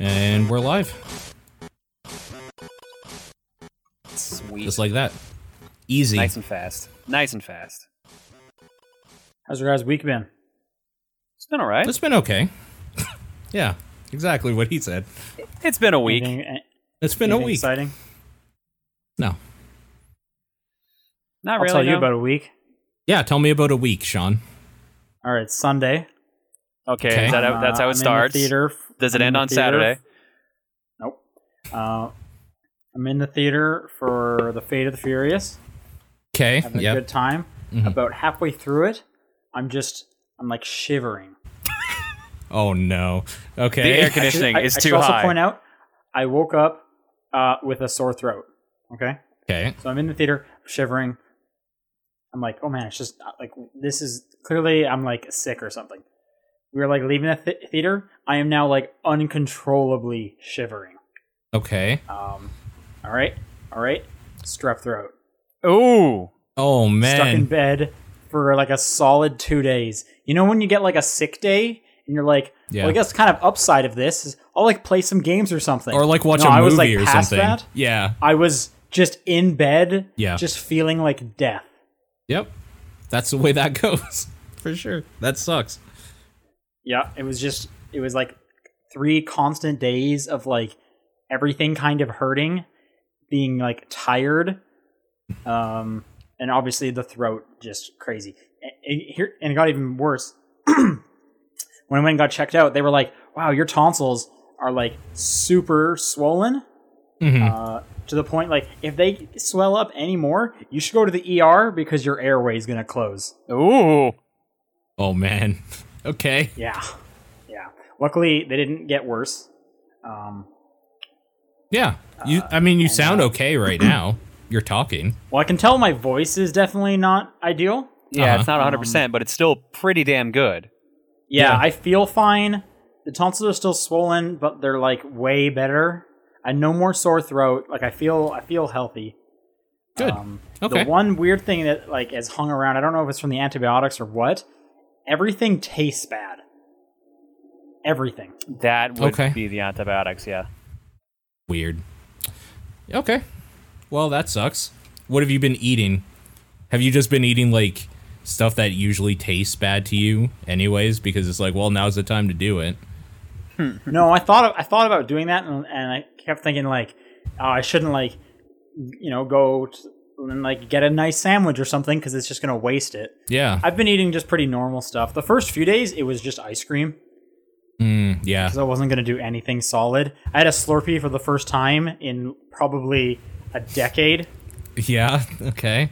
And we're live, Sweet. just like that. Easy. nice and fast. Nice and fast. How's your guys' week been? It's been all right. It's been okay. yeah, exactly what he said. it's been a week. Anything, eh, It's been a anything week. Exciting. No. Not I'll really. tell you no. about a week. Yeah, tell me about a week, Sean. All right, Sunday. Okay, Okay. Is that Uh, how, that's how I'm it in the starts. theater. Does it I'm end in the on theater. Saturday? Nope. Uh, I'm in the theater for The Fate of the Furious. Okay. Having a Yep. Mm-hmm. good time. About halfway through it, I'm just I'm like shivering. Oh no. Okay. The air conditioning I, is I too should also high. point out, I woke up uh, with a sore throat. Okay. okay. So I'm in the theater, shivering. I'm like, oh man, it's just not- like this is clearly I'm like sick or something. We were like leaving the th- theater. I am now like uncontrollably shivering. Okay. Um, all right, all right, strep throat. Ooh. Oh Stuck in man. bed for like a solid two days. You know when you get like a sick day and you're like, Yeah. well, I guess kind of upside of this is I'll like play some games or something, Or like watch No, a movie I was, like, or past something. that. Yeah. I was just in bed, Yeah. just feeling like death. Yep. That's the way that goes. For sure. That sucks. Yeah, it was just it was like three constant days of like everything kind of hurting, being like tired, um, and obviously the throat just crazy. And, and here and it got even worse when I went and got checked out. They were like, "Wow, your tonsils are like super swollen." Mhm. Uh, to the point, like if they swell up anymore, you should go to the ER because your airway is gonna close. Ooh. Oh man. Okay. Yeah, yeah. Luckily, they didn't get worse. Um, Yeah. Uh, You I mean you sound okay right now. You're talking. Well, I can tell my voice is definitely not ideal. Yeah, Uh-huh. it's not 100, percent but it's still pretty damn good. Yeah, Yeah. I feel fine. The tonsils are still swollen, but they're like way better. I no more sore throat. Like I feel, I feel healthy. Good. Um, Okay. The one weird thing that like has hung around. I don't know if it's from the antibiotics or what. Everything tastes bad. Everything. That would Okay. be the antibiotics. Yeah. Weird. Okay. Well, that sucks. What have you been eating? Have you just been eating like stuff that usually tastes bad to you anyways because it's like, well, now's the time to do it. no, I thought I thought about doing that, and, and I kept thinking like, oh, I shouldn't like, you know, go t- and like get a nice sandwich or something because it's just gonna waste it. Yeah. I've been eating just pretty normal stuff. The first few days, it was just ice cream Mm, yeah. because I wasn't going to do anything solid. I had a Slurpee for the first time in probably a decade. Yeah. Okay.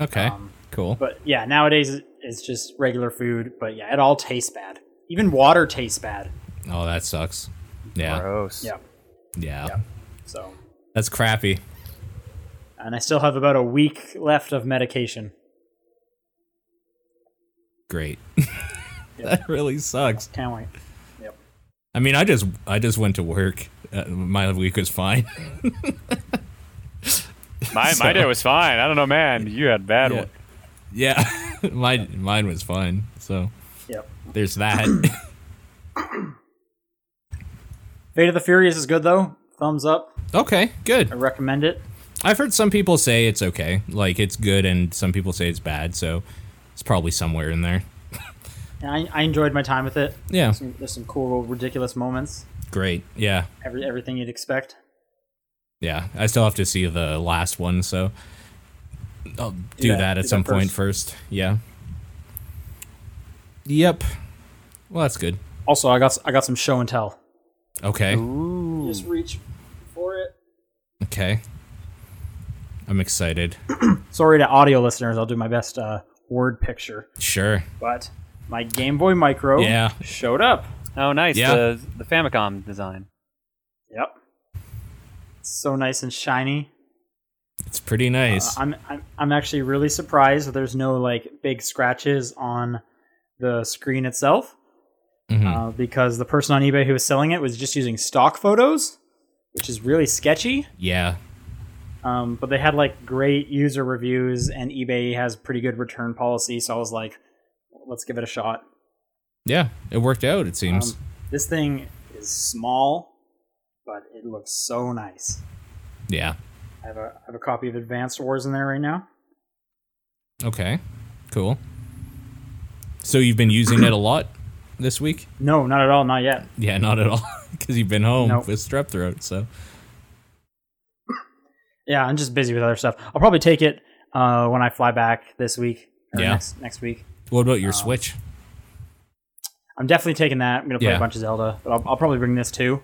Okay. cool. But yeah, nowadays it- it's just regular food. But yeah, it all tastes bad. Even water tastes bad. Oh, that sucks. Yeah. Gross. Yeah. Yeah. So, That's crappy. and I still have about a week left of medication. Great. that really sucks. Can't wait. I mean, I just I just went to work. Uh, my week was fine. My my day was fine. I don't know, man. You had a bad Yeah. one. yeah. mine mine was fine. So Yep. there's that. Fate of the Furious is good though. Thumbs up. okay, good. I recommend it. I've heard some people say it's okay, like it's good, and some people say it's bad. So it's probably somewhere in there. And I, I enjoyed my time with it. Yeah, Some, there's some cool, ridiculous moments. great. Yeah, Every everything you'd expect. yeah. I still have to see the last one, so I'll do, that, that- at do that some point first. Yeah. Yep. Well, that's good. Also, I got I got some show and tell. Okay. Ooh. Just reach for it. Okay. I'm excited. Sorry to audio listeners. I'll do my best uh, word picture. Sure. But my Game Boy Micro Yeah. showed up. Oh, nice. Yeah. The the Famicom design. Yep. So nice and shiny. It's pretty Uh, nice. I'm, I'm I'm actually really surprised that there's no like big scratches on the screen itself Mhm. uh, because the person on eBay who was selling it was just using stock photos, which is really sketchy. yeah. Um, but they had like great user reviews, and eBay has pretty good return policy. So I was like, let's give it a shot. Yeah. It worked out. It seems. Um, this thing is is small, but it looks so nice. Yeah. I have a I have a copy of Advanced Wars in there right now. Okay. Cool. So you've been using it a lot this week? No, not at all, not yet. Yeah, not at all, because you've been home Nope. with strep throat. So Yeah, I'm just busy with other stuff. I'll probably take it uh, when I fly back this week or Yeah. next next week. what about your Switch? I'm definitely taking that. I'm gonna play Yeah. a bunch of Zelda, but I'll, I'll probably bring this too,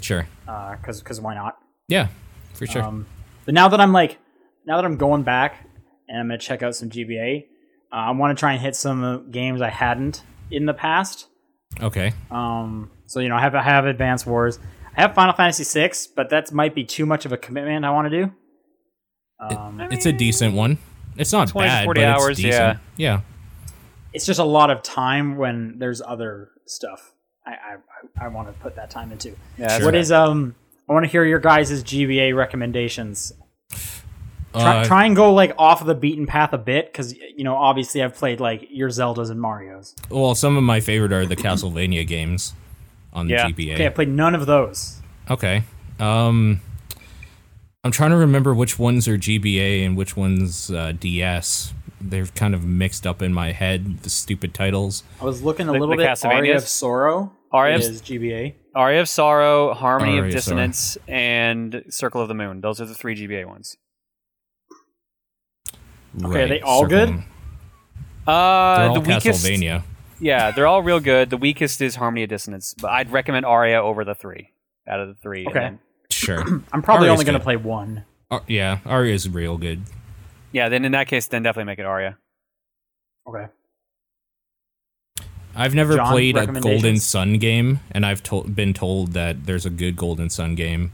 Sure. because because why not? Yeah, for sure. Um, but now that I'm like, now that I'm going back and I'm gonna check out some GBA, uh, I want to try and hit some uh, games I hadn't in the past. okay. Um, so you know, I have I have Advanced Wars, I have Final Fantasy VI, but that might be too much of a commitment. I want to do. Um, it's a decent one. It's not 20 to bad, 40 but hours, it's decent. Yeah. it's just a lot of time when there's other stuff. I I, I- I want to put that time into. Yeah, that's Sure. What is um? I want to hear your guys' GBA recommendations. Try, Uh, try and go like off of the beaten path a bit because you know obviously I've played like your Zeldas and Mario's. well, some of my favorite are the Castlevania games on the Yeah. GBA. Okay, I played none of those. Okay. Um, I'm trying to remember which ones are GBA and which ones uh, DS. They're kind of mixed up in my head. The stupid titles. I was looking a The- little the bit. Aria Castlevanias? of Sorrow. Aria of- is GBA. Aria of Sorrow, Harmony Aria of of Sorrow. Dissonance, and Circle of the Moon. Those are the three GBA ones. Okay, are they all good? Uh, They're all the weakest, Castlevania. Yeah, they're all real good. The weakest is Harmony of Dissonance, but I'd recommend Aria over the three out of the three. and Okay. then- Sure. I'm probably Aria's only going to good. play one. Ar- yeah, Aria is real good. yeah, then in that case, then definitely make it Aria. Okay. I've never John, played a Golden recommendations? Sun game, and I've to- been told that there's a good Golden Sun game.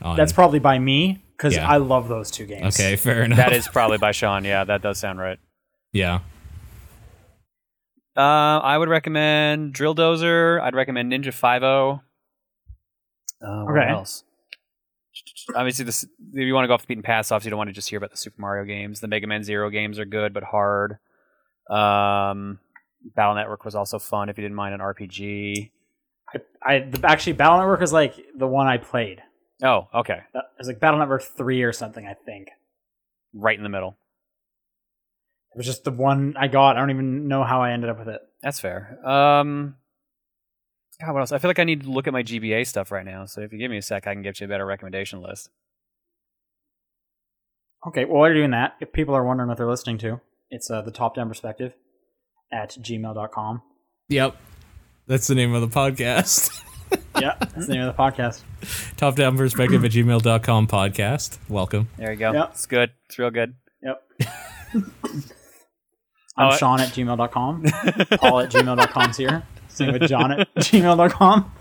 On- That's probably by me because Yeah. I love those two games. okay. Fair enough. That is probably by Sean. Yeah, that does sound right. yeah. Uh, I would recommend Drill Dozer. I'd recommend Ninja Five O. Uh, what Okay. else? Obviously, this, if you want to go off the beaten path, obviously you don't want to just hear about the Super Mario games. The Mega Man Zero games are good but hard. Um, Battle Network was also fun if you didn't mind an RPG. I the, actually Battle Network is like the one I played. Oh, okay, That- Uh, It was like Battle Network three or something. I think it right in the middle. was just the one I got. I don't even know how I ended up with it. That's fair. Um, God, what else? I feel like I need to look at my GBA stuff right now. So if you give me a sec, I can get you a better recommendation list. Okay, well, while you're doing that, if people are wondering what they're listening to, it's uh, the top down perspective at gmail.com. Yep. That's the name of the podcast. Yeah, that's the name of the podcast. Top down perspective at gmail.com podcast. Welcome. There you go. Yep. It's good. It's real good. Yep. Oh, I'm I- Sean at gmail.com. Paul at gmail.com's here. Same with John at gmail.com.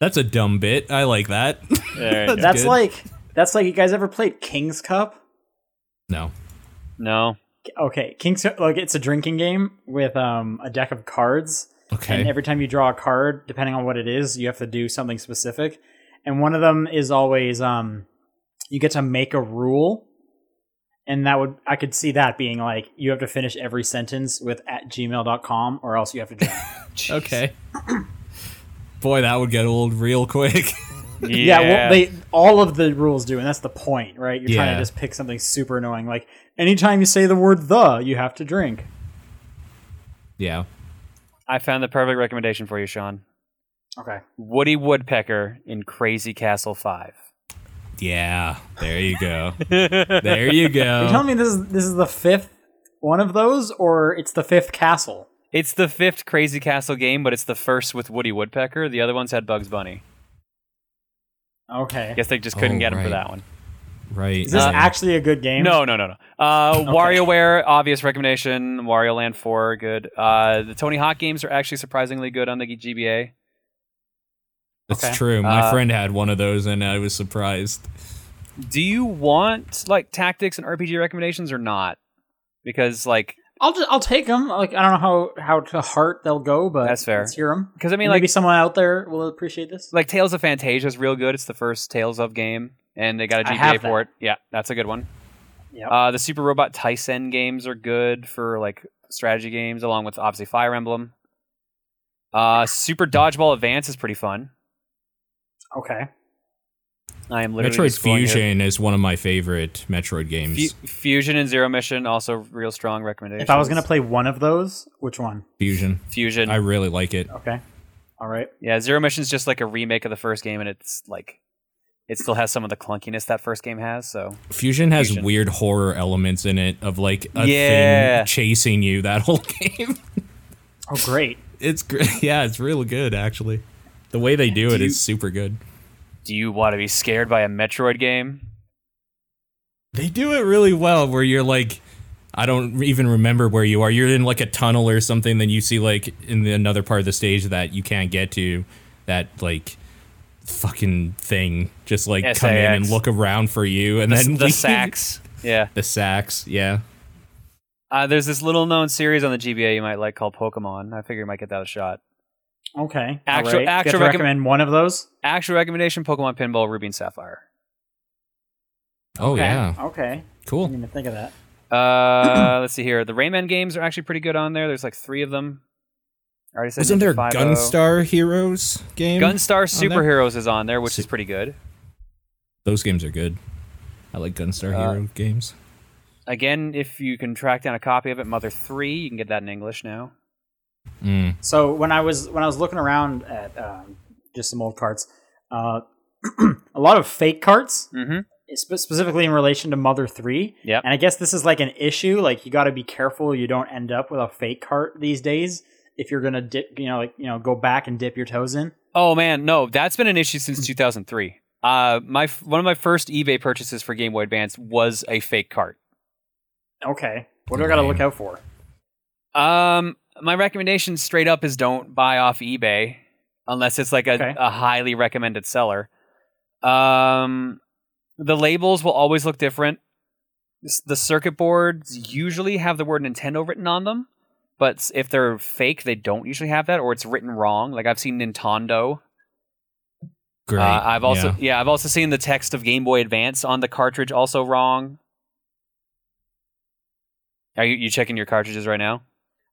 That's a dumb bit. I like that. There you go. That's good. like, that's like, you guys ever played King's Cup? no. No. Okay, King's Cup, like, it's a drinking game with um, a deck of cards. Okay. And every time you draw a card, depending on what it is, you have to do something specific. And one of them is always um you get to make a rule. And that would I could see that being like you have to finish every sentence with at gmail.com or else you have to drown. okay. Boy, that would get old real quick. yeah, well they all of the rules do, and that's the point, right? You're trying Yeah. to just pick something super annoying. Like anytime you say the word the, you have to drink. yeah. I found the perfect recommendation for you, Sean. Okay. Woody Woodpecker in Crazy Castle 5. Yeah. There you go. there you Are you go. telling me this is this is the fifth one of those, or it's the fifth castle? It's the fifth Crazy Castle game, but it's the first with Woody Woodpecker. The other ones had Bugs Bunny. Okay. I guess they just couldn't Oh, get him right. for that one. Right. Is this yeah. actually a good game? Uh, No, no, no, no. Uh, WarioWare, obvious recommendation. Wario Land 4, good. Uh, the Tony Hawk games are actually surprisingly good on the GBA. That's okay. true. My Uh, friend had one of those and I was surprised. Do you want like tactics and RPG recommendations or not? Because like, I'll just, I'll take them. Like I don't know how how to heart they'll go, but That's fair. Let's hear them. because I mean, Maybe like, someone out there will appreciate this. like Tales of Fantasia is real good. It's the first Tales of game, and they got a I GBA have for it. Yeah, that's a good one. Yeah. Uh, the Super Robot Tyson games are good for like strategy games, along with obviously Fire Emblem. Uh, Super Dodgeball Advance is pretty fun. Okay. I am literally Metroid just going here. Fusion is one of my favorite Metroid games. Fu- Fusion and Zero Mission also real strong recommendations. If I was gonna play one of those, which one? Fusion. Fusion, I really like it. Okay. All right. yeah, Zero Mission's just like a remake of the first game, and it's like it still has some of the clunkiness that first game has. So Fusion has Fusion. weird horror elements in it of like a Yeah. thing chasing you that whole game. Oh, great. It's great. Yeah, it's really good actually. The way they do, it Do you- is super good. do you want to be scared by a Metroid game? They do it really well where you're like I don't even remember where you are. You're in like a tunnel or something then you see like in the, another part of the stage that you can't get to that like fucking thing just like come in and SAX. look around for you and The, then the leave. sacks. Yeah. the sacks, yeah. Uh, there's this little known series on the GBA you might like called Pokemon. I figure you might get that a shot. Okay. Actual- All right. You have actual to recommend- recommend one of those. Actual recommendation Pokemon Pinball Ruby and Sapphire. Oh Okay. yeah. Okay. I Cool. didn't even think of that. Uh, let's see here. The Rayman games are actually pretty good on there. There's like three of them. I already said Wasn't there a Ninja 5.0. Gunstar Heroes game? Gunstar on there? Superheroes is on there, which is Su- pretty good. Those games are good. I like Gunstar Uh, Hero games. Again, if you can track down a copy of it, Mother Three, you can get that in English now. Mm. So when I was when I was looking around at um, just some old carts, uh, a lot of fake carts, Mm-hmm. spe- specifically in relation to Mother Three. Yep. And I guess this is like an issue. Like you got to be careful you don't end up with a fake cart these days if you're gonna dip. You know, like you know, go back and dip your toes in. Oh man, no, that's been an issue since 2003. Uh, my f- one of my first eBay purchases for Game Boy Advance was a fake cart. Okay. What do I got to look out for? Um, my recommendation straight up is don't buy off eBay unless it's like a, Okay. a highly recommended seller. Um, the labels will always look different. S- The circuit boards usually have the word Nintendo written on them, but s- if they're fake, they don't usually have that, or it's written wrong. Like I've seen Nintendo. Great. Uh, I've also Yeah. yeah. I've also seen the text of Game Boy Advance on the cartridge also wrong. Are you, you checking your cartridges right now?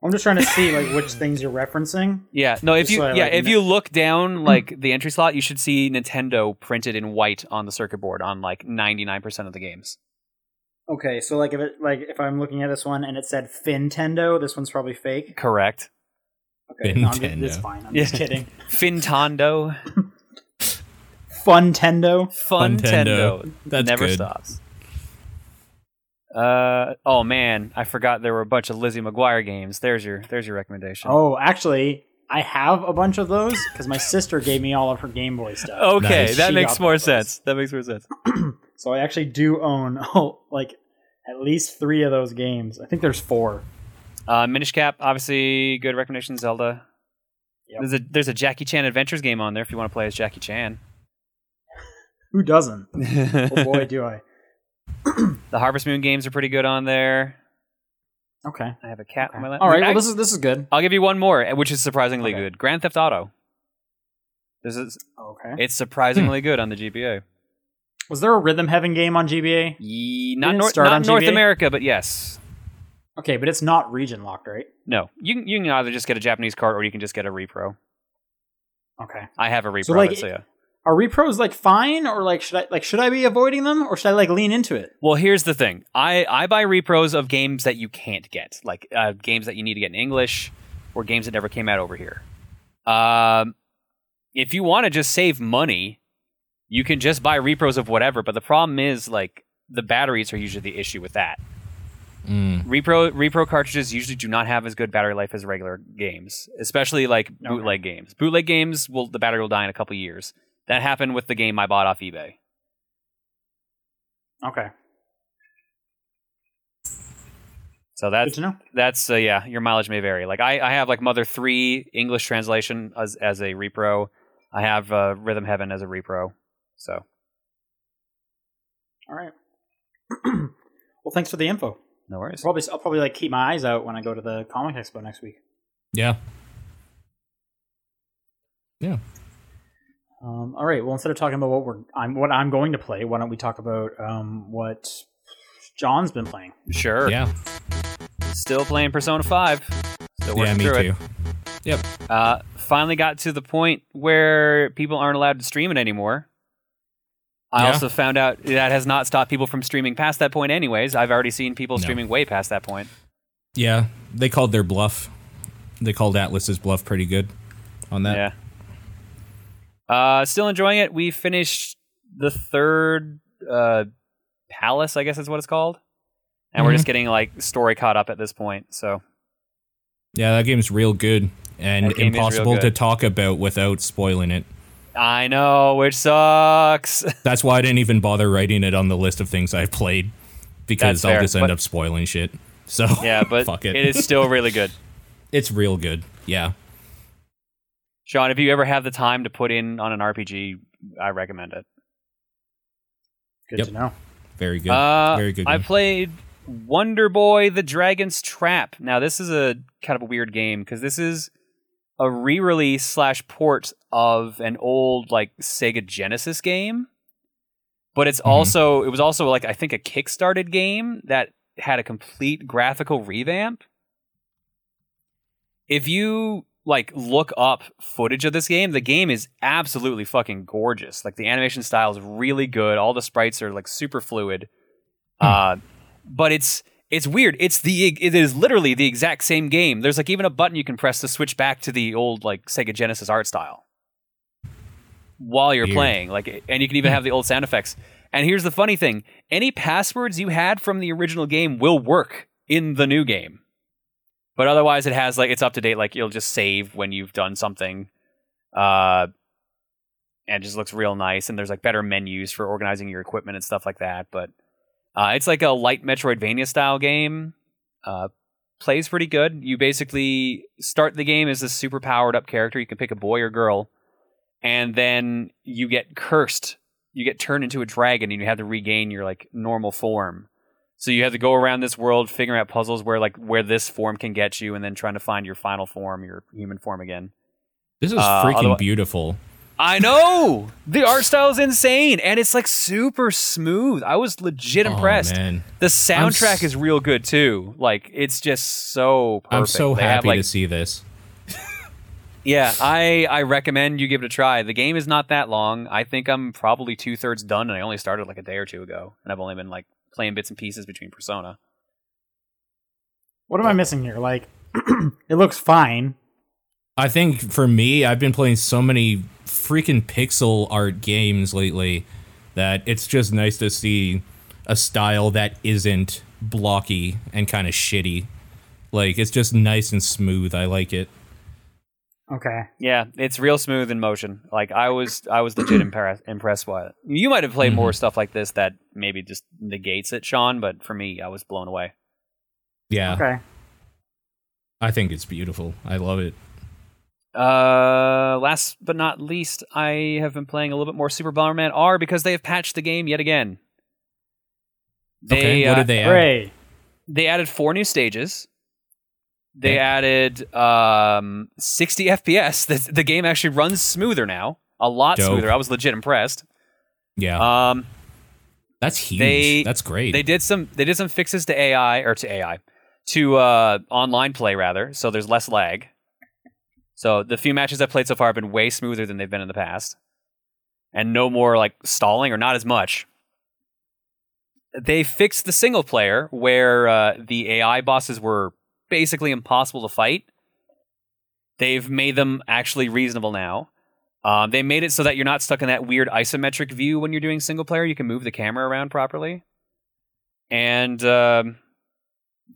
I'm just trying to see like which things you're referencing. Yeah, no. If Just you so I, yeah, like, if kn- you look down like the entry slot, you should see Nintendo printed in white on the circuit board on like ninety nine percent of the games. Okay, so like if it like if I'm looking at this one and it said Fintendo, this one's probably fake. Correct. Okay, no, I'm just, Fintendo. it's fine. I'm just Yeah. kidding. Fintondo, Funtendo. Funtendo. That's never good. stops. Uh oh man, I forgot there were a bunch of Lizzie McGuire games. There's your there's your recommendation. Oh, actually, I have a bunch of those because my sister gave me all of her Game Boy stuff. okay, Nice. that She makes got more those. sense. That makes more sense. So I actually do own oh, like at least three of those games. I think there's four. Uh, Minish Cap, obviously, good recommendation. Zelda. Yep. There's a there's a Jackie Chan Adventures game on there if you want to play as Jackie Chan. Who doesn't? Oh the boy, do I. Harvest Moon games are pretty good on there. Okay. I have a cat on my lap. All right. Well, Act- this is this is good. I'll give you one more, which is surprisingly Okay. good. Grand Theft Auto. This is Okay. it's surprisingly good on the GBA. Was there a Rhythm Heaven game on GBA? Ye- not Didn't it Nor- start not on North GBA? America, but yes. Okay, but it's not region locked, right? No, you can, you can either just get a Japanese card or you can just get a repro. Okay. I have a repro. So, like, but so yeah. Are repros like fine or like should I like should I be avoiding them or should I like lean into it? Well, here's the thing. I, I buy repros of games that you can't get, like uh, games that you need to get in English or games that never came out over here. Um, if you want to just save money, you can just buy repros of whatever. But the problem is, like, the batteries are usually the issue with that. Mm. Repro repro cartridges usually do not have as good battery life as regular games, especially like bootleg games. Bootleg games will the battery will die in a couple years. That happened with the game I bought off eBay. Okay. So Good that's to know. that's uh, yeah your mileage may vary like I, I have like mother 3 english translation as, as a repro i have uh, rhythm heaven as a repro so All right. well, thanks for the info. no worries Probably I'll probably like keep my eyes out when I go to the comic expo next week. Yeah. Um, all right. Well, instead of talking about what we're I'm what I'm going to play, why don't we talk about um, what John's been playing? sure Yeah. still playing persona 5 still working yeah, me through too. it Yep. Uh, finally got to the point where people aren't allowed to stream it anymore. I Yeah. also found out that has not stopped people from streaming past that point, anyways. I've already seen people No. streaming way past that point. Yeah, they called their bluff. They called Atlas's bluff pretty good on that. Yeah. Uh, still enjoying it. We finished the third uh, palace, I guess is what it's called, and we're Mhm. just getting like story caught up at this point. So Yeah, that game's real good and That game is real impossible to good. talk about without spoiling it. I know, which sucks. That's why I didn't even bother writing it on the list of things I've played because That's I'll fair, just end but- up spoiling shit. So yeah, but fuck it is still really good. It's real good. Yeah. Sean, if you ever have the time to put in on an RPG, I recommend it. Good Yep. to know. Very good. Uh, Very good. I game. played Wonder Boy: The Dragon's Trap. Now, this is a kind of a weird game because this is a re-release slash port of an old like Sega Genesis game, but it's Mhm. also it was also like I think a kickstarted game that had a complete graphical revamp. If you like look up footage of this game, the game is absolutely fucking gorgeous. Like the animation style is really good. All the sprites are like super fluid. Uh, but it's it's weird. It's the it is literally the exact same game. There's like even a button you can press to switch back to the old like Sega Genesis art style while you're Weird. playing. Like and you can even have the old sound effects. And here's the funny thing: any passwords you had from the original game will work in the new game. But otherwise, it has like it's up to date. Like you'll just save when you've done something. Uh, and it just looks real nice. And there's like better menus for organizing your equipment and stuff like that. But uh, it's like a light Metroidvania style game. Uh, plays pretty good. You basically start the game as this super powered up character. You can pick a boy or girl, and then you get cursed. You get turned into a dragon, and you have to regain your like normal form. So you have to go around this world figuring out puzzles where like where this form can get you, and then trying to find your final form, your human form again. this is uh, freaking otherwi- beautiful. I know the art style is insane, and it's like super smooth. I was legit Oh, impressed. man. I'm The s- soundtrack is real good too. Like it's just so perfect. I'm so They have, happy like- to see this. Yeah, I I recommend you give it a try. The game is not that long. I think I'm probably two thirds done, and I only started like a day or two ago, and I've only been like playing bits and pieces between Persona. What am I missing here? Like, it looks fine. I think for me, I've been playing so many freaking pixel art games lately that it's just nice to see a style that isn't blocky and kind of shitty. Like it's just nice and smooth. I like it. Okay. Yeah, it's real smooth in motion. Like I was I was legit impressed impressed by it. You might have played Mm-hmm. more stuff like this that maybe just negates it, Sean. But for me, I was blown away. Yeah, Okay. I think it's beautiful. I love it. Uh, last but not least, I have been playing a little bit more Super Bomberman R because they have patched the game yet again. They, okay, what uh, did they add? Hooray. they added four new stages. They Okay. added um, 60 FPS. The, the game actually runs smoother now, a lot Dope. smoother. I was legit impressed. Yeah, Um, that's huge. they- that's great. they did some they did some fixes to AI or to AI to uh, online play rather, so there's less lag. So the few matches I've played so far have been way smoother than they've been in the past, and no more like stalling or not as much. They fixed the single player where uh, the AI bosses were basically impossible to fight. They've made them actually reasonable now. Um, they made it so that you're not stuck in that weird isometric view when you're doing single player. You can move the camera around properly and um,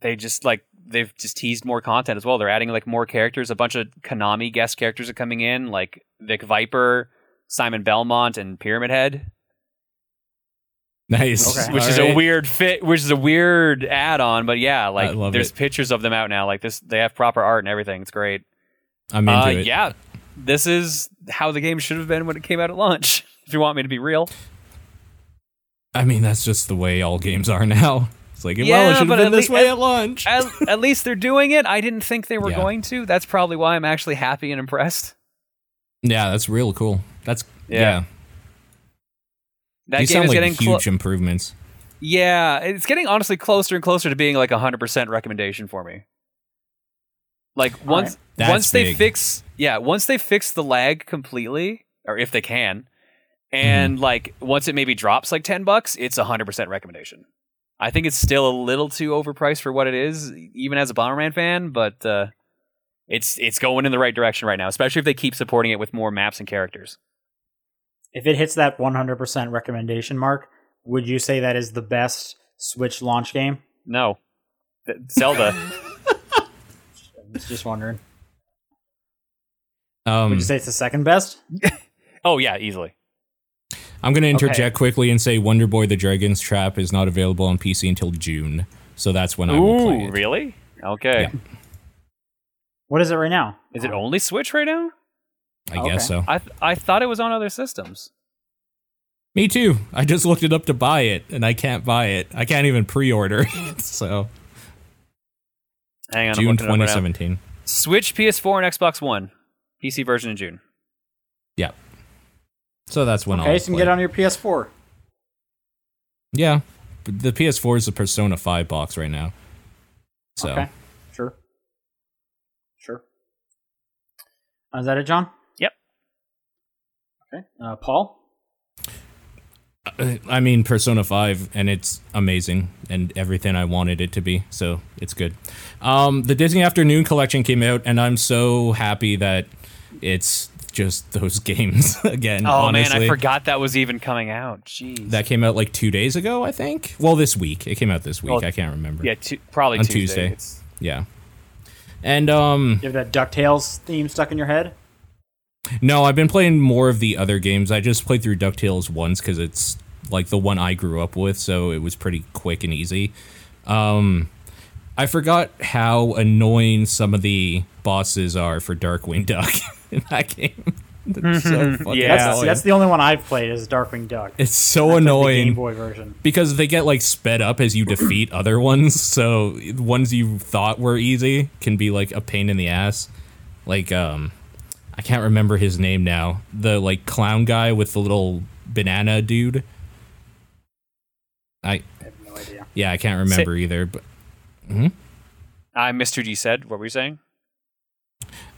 they just like they've just teased more content as well. They're adding like more characters. A bunch of Konami guest characters are coming in, like Vic Viper, Simon Belmont, and Pyramid Head, nice, Okay. which is Alright. a weird fit, which is a weird add-on. But yeah, like love there's it. pictures of them out now. Like this, they have proper art and everything. It's great. I'm into Uh, it. yeah, this is how the game should have been when it came out at launch. If you want me to be real, I mean, that's just the way all games are now. It's like, well, Yeah, it should but have been at this lea- way at- at lunch. at, at least they're doing it. I didn't think they were Yeah. going to. That's probably why I'm actually happy and impressed. yeah, that's real cool. That's Yeah. yeah. That These game sound is like getting huge close. improvements. Yeah, it's getting honestly closer and closer to being like a 100% recommendation for me. Like once That's once they big. fix yeah, once they fix the lag completely, or if they can, and Mm-hmm. like once it maybe drops like ten bucks, it's a hundred percent recommendation. I think it's still a little too overpriced for what it is, e, even as a Bomberman fan, but uh it's it's going in the right direction right now, especially if they keep supporting it with more maps and characters. If it hits that 100% recommendation mark, would you say that is the best Switch launch game? No. Th- Zelda. I was just wondering. Would Um, you say it's the second best? oh yeah, easily. I'm going to interject quickly and say Wonder Boy the Dragon's Trap is not available on PC until June. So that's when I will play Ooh, it. really? Okay. Yeah. What is it right now? Is it only Switch right now? I guess so. I th- I thought it was on other systems. Me too. I just looked it up to buy it and I can't buy it. I can't even pre order it. So Hang on, I'm June looking it up right now. 2017. Switch, PS4, and Xbox One. PC version in June. Yeah. So that's when Okay, I'll so you can play get it. on your PS4. Yeah. But The PS4 is the Persona 5 box right now. So Okay. Sure. Sure. Uh, Is that it, John? Yep. Okay. Uh, Paul? uh, I mean Persona 5 and it's amazing and everything I wanted it to be. So it's good. Um the Disney Afternoon collection came out and I'm so happy that it's just those games again. Oh man, I honestly. forgot that was even coming out. Jeez. That came out like two days ago, I think. Well, this week. It came out this week. Well, I can't remember. Oh, yeah, tu- probably On Tuesday. Tuesday. It's- Yeah. And um You have that DuckTales theme stuck in your head? no, I've been playing more of the other games. I just played through DuckTales once cuz it's like the one I grew up with, so it was pretty quick and easy. Um I forgot how annoying some of the bosses are for Darkwing Duck in that game. It's so fucking Yeah. That's, That's- annoying. that's the only one I've played is Darkwing Duck. it's so The Game annoying. Boy version. because they get like sped up as you defeat other ones so ones you thought were easy can be like a pain in the ass like um i can't remember his name now the like clown guy with the little banana dude i I have no idea. yeah i can't remember either but I missed what you said. What were you saying?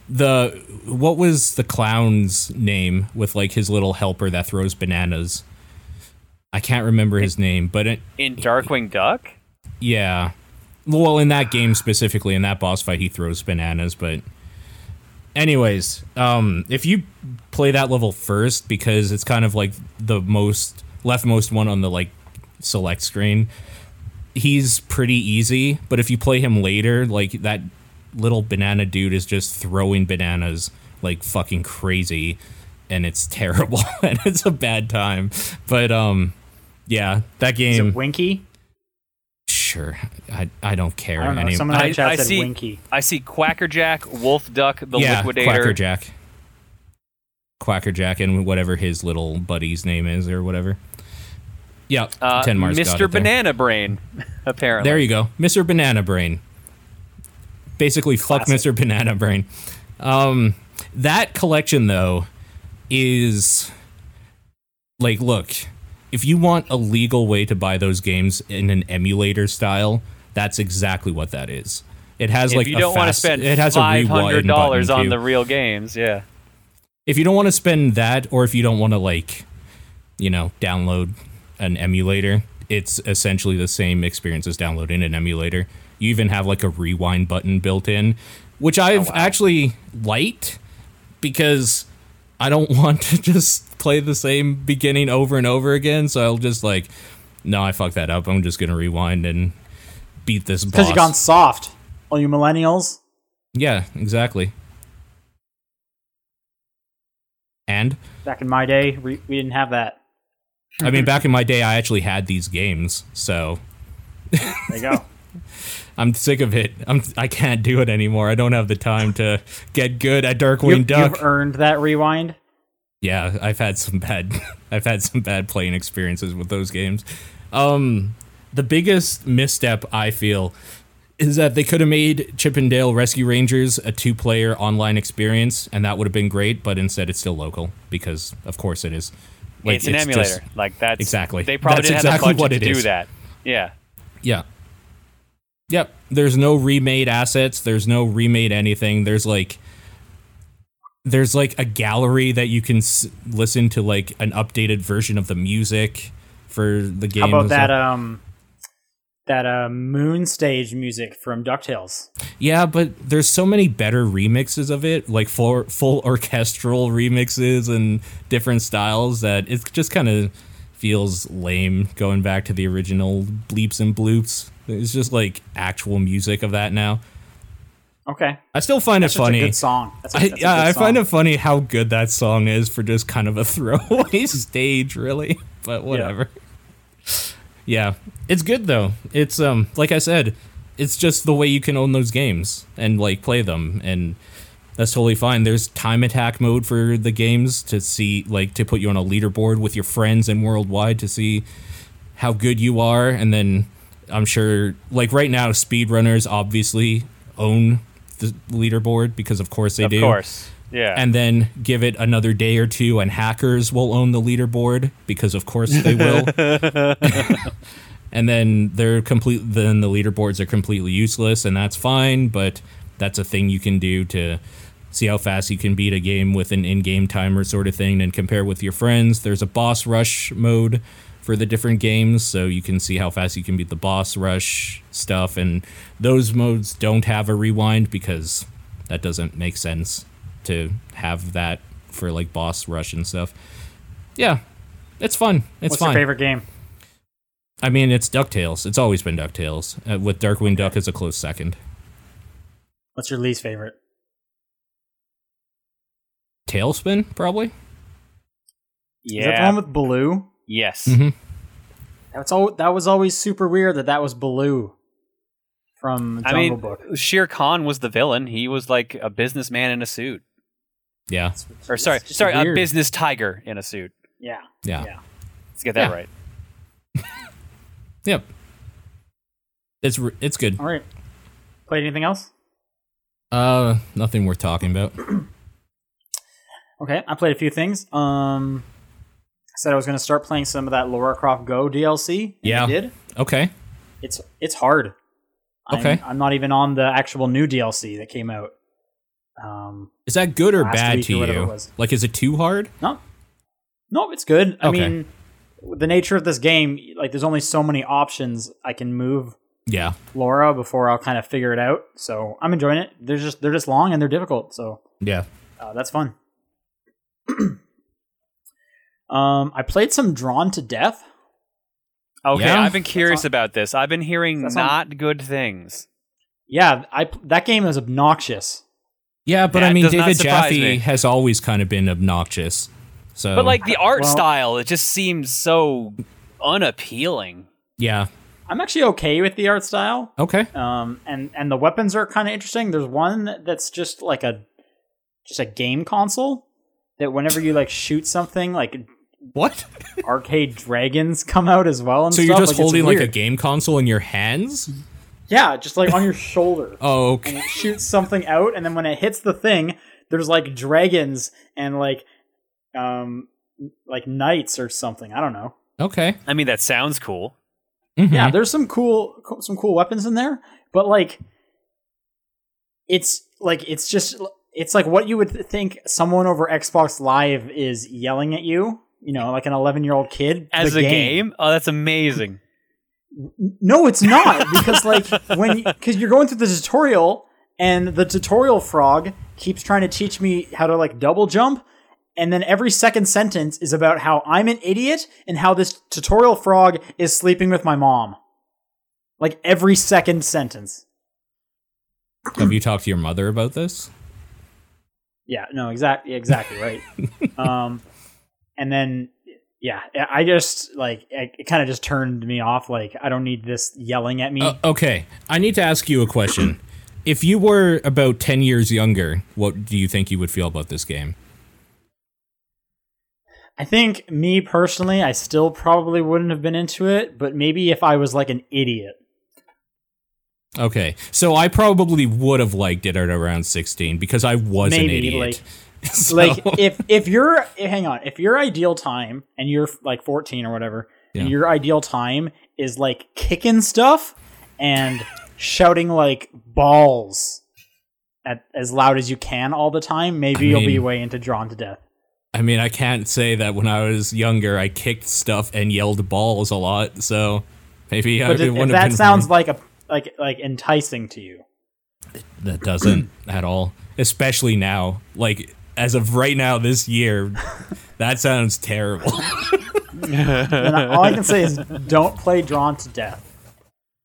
the what was the clown's name with like his little helper that throws bananas i can't remember his name but it, In Darkwing Duck? Yeah. Well, in that game specifically, in that boss fight, he throws bananas, but. Anyways, um, if you play that level first, because it's kind of like the most leftmost one on the like select screen, he's pretty easy. But if you play him later, like that little banana dude is just throwing bananas like fucking crazy, and it's terrible and it's a bad time. But um, yeah, that Is game. it Winky? Sure, I, I don't care. I don't know. any- Someone in I- the chat I said see- Winky. I see Quackerjack, Wolf Duck, the yeah, Liquidator. Quackerjack, Quackerjack, and whatever his little buddy's name is or whatever. Yeah, uh, ten Mars. got Mr. it there. Banana Brain, apparently. There you go, Mr. Banana Brain. Basically, Classic. fuck Mr. Banana Brain. Um, that collection though is like, look, if you want a legal way to buy those games in an emulator style, that's exactly what that is. It has if like you a don't want to fast, spend it has a five rewind hundred dollars button, on too. the real games, yeah. if you don't want to spend that or if you don't want to like you know download an emulator it's essentially the same experience as downloading an emulator you even have like a rewind button built in which i've actually liked because i don't want to just play the same beginning over and over again so i'll just like no i fucked that up i'm just gonna rewind and beat this Because boss you've gone soft. All you millennials. yeah exactly and Back in my day, we, we didn't have that. I mean, back in my day, I actually had these games, so There you go. I'm sick of it. I'm I can't do it anymore. I don't have the time to get good at Darkwing you, Duck. have earned that rewind. yeah, I've had some bad, I've had some bad playing experiences with those games. Um, the biggest misstep I feel is that they could have made Chippendale Rescue Rangers a two-player online experience, and that would have been great. But instead, it's still local because, of course, it is. Like, it's an just- emulator. like that's Exactly. They probably That's didn't exactly have the budget what it to is. do that. Yeah. Yeah. Yep. There's no remade assets. There's no remade anything. There's like there's like a gallery that you can s- listen to like an updated version of the music for the game. How about and that? stuff. Um, that uh, moon stage music from Ducktales. yeah, but there's so many better remixes of it, like full full orchestral remixes and different styles that it just kind of feels lame going back to the original bleeps and bloops. It's just like actual music of that now. Okay, I still find it such a funny. good song. That's a, I, that's a yeah, good I find song. it funny how good that song is for just kind of a throwaway stage, really. But whatever. Yeah. it's good though. It's um, like I said, it's just the way you can own those games and like play them, and that's totally fine. There's time attack mode for the games to see, like, to put you on a leaderboard with your friends and worldwide to see how good you are, and then I'm sure, like right now, speedrunners obviously own the leaderboard because of course they of do course. Yeah. and then give it another day or two and hackers will own the leaderboard because of course they will and then they're complete then the leaderboards are completely useless and that's fine but that's a thing you can do to see how fast you can beat a game with an in-game timer sort of thing and compare with your friends there's a boss rush mode for the different games so you can see how fast you can beat the boss rush stuff and those modes don't have a rewind because that doesn't make sense to have that for like boss rush and stuff yeah it's fun it's What's fun your favorite game? I mean, it's DuckTales. It's always been DuckTales, uh, with Darkwing Duck as a close second. What's your least favorite? Tailspin, probably? Is that the yeah. one with blue? yes. Mhm. That's all. That was always super weird that that was blue from Jungle I mean, Book. Shere Khan was the villain. He was like a businessman in a suit. Yeah. Or sorry, It's just sorry, a weird. business tiger in a suit. Yeah. Yeah. Yeah. Let's get that Yeah. right. Yep. It's re- it's good. All right. Played anything else? Uh, nothing worth talking about. Okay, I played a few things. Um, I said I was going to start playing some of that Lara Croft Go DLC. and Yeah. I did. Okay. It's it's hard. I'm- Okay. I'm, not even on the actual new DLC that came out. Um, Is that good or Last bad week to or whatever it you? was. Like, is it too hard? no, no, it's good. I Okay. mean, the nature of this game, like, there's only so many options I can move Yeah. Laura before I'll kind of figure it out. So I'm enjoying it. They're just they're just long and they're difficult. So Yeah. Uh, that's fun. um, I played some Drawn to Death. Okay, Yeah. I've been curious That's on- about this. I've been hearing That's on- not good things. Yeah, I that game is obnoxious. Yeah, but That I mean, does not David surprise Jaffe me. has always kind of been obnoxious. So, But like the art Well- style, it just seems so unappealing. yeah. I'm actually okay with the art style. Okay. Um, and and the weapons are kind of interesting. There's one that- that's just like a just a game console that whenever you like shoot something, like What? arcade dragons come out as well. And So stuff. you're just like, holding like a game. game console in your hands? yeah, just like on your shoulder. Oh, and okay. it shoots something out, and then when it hits the thing, there's like dragons and like um like knights or something. I don't know. Okay. I mean, that sounds cool. Mhm. Hmm. Yeah, there's some cool co- some cool weapons in there, but like it's like it's just it's like what you would think someone over Xbox Live is yelling at you. You know, like an 11 year old kid. As the a game? Oh, that's amazing. No, it's not because like when because you're going through the tutorial and the tutorial frog keeps trying to teach me how to like double jump, and then every second sentence is about how I'm an idiot and how this tutorial frog is sleeping with my mom. Like every second sentence. Have you talked to your mother about this? Yeah, no, exactly, exactly right. um, and then yeah, I just like it, it kind of just turned me off. Like I don't need this yelling at me. Uh, okay, I need to ask you a question. if you were about 10 years younger, what do you think you would feel about this game? I think me personally, I still probably wouldn't have been into it, but maybe if I was like an idiot. Okay, so I probably would have liked it at around 16 because I was an Maybe, idiot. So- Like if if your hang on, if your ideal time and you're like 14 or whatever, Yeah. and your ideal time is like kicking stuff and shouting like balls at as loud as you can all the time, maybe I you'll be mean- way into drawn to death. I mean, I can't say that when I was younger, I kicked stuff and yelled balls a lot. So maybe I But if, if wouldn't have that been sounds like a like like enticing to you. that doesn't at all, especially now. Like as of right now, this year, that sounds terrible. And I- all I can say is don't play drawn to death.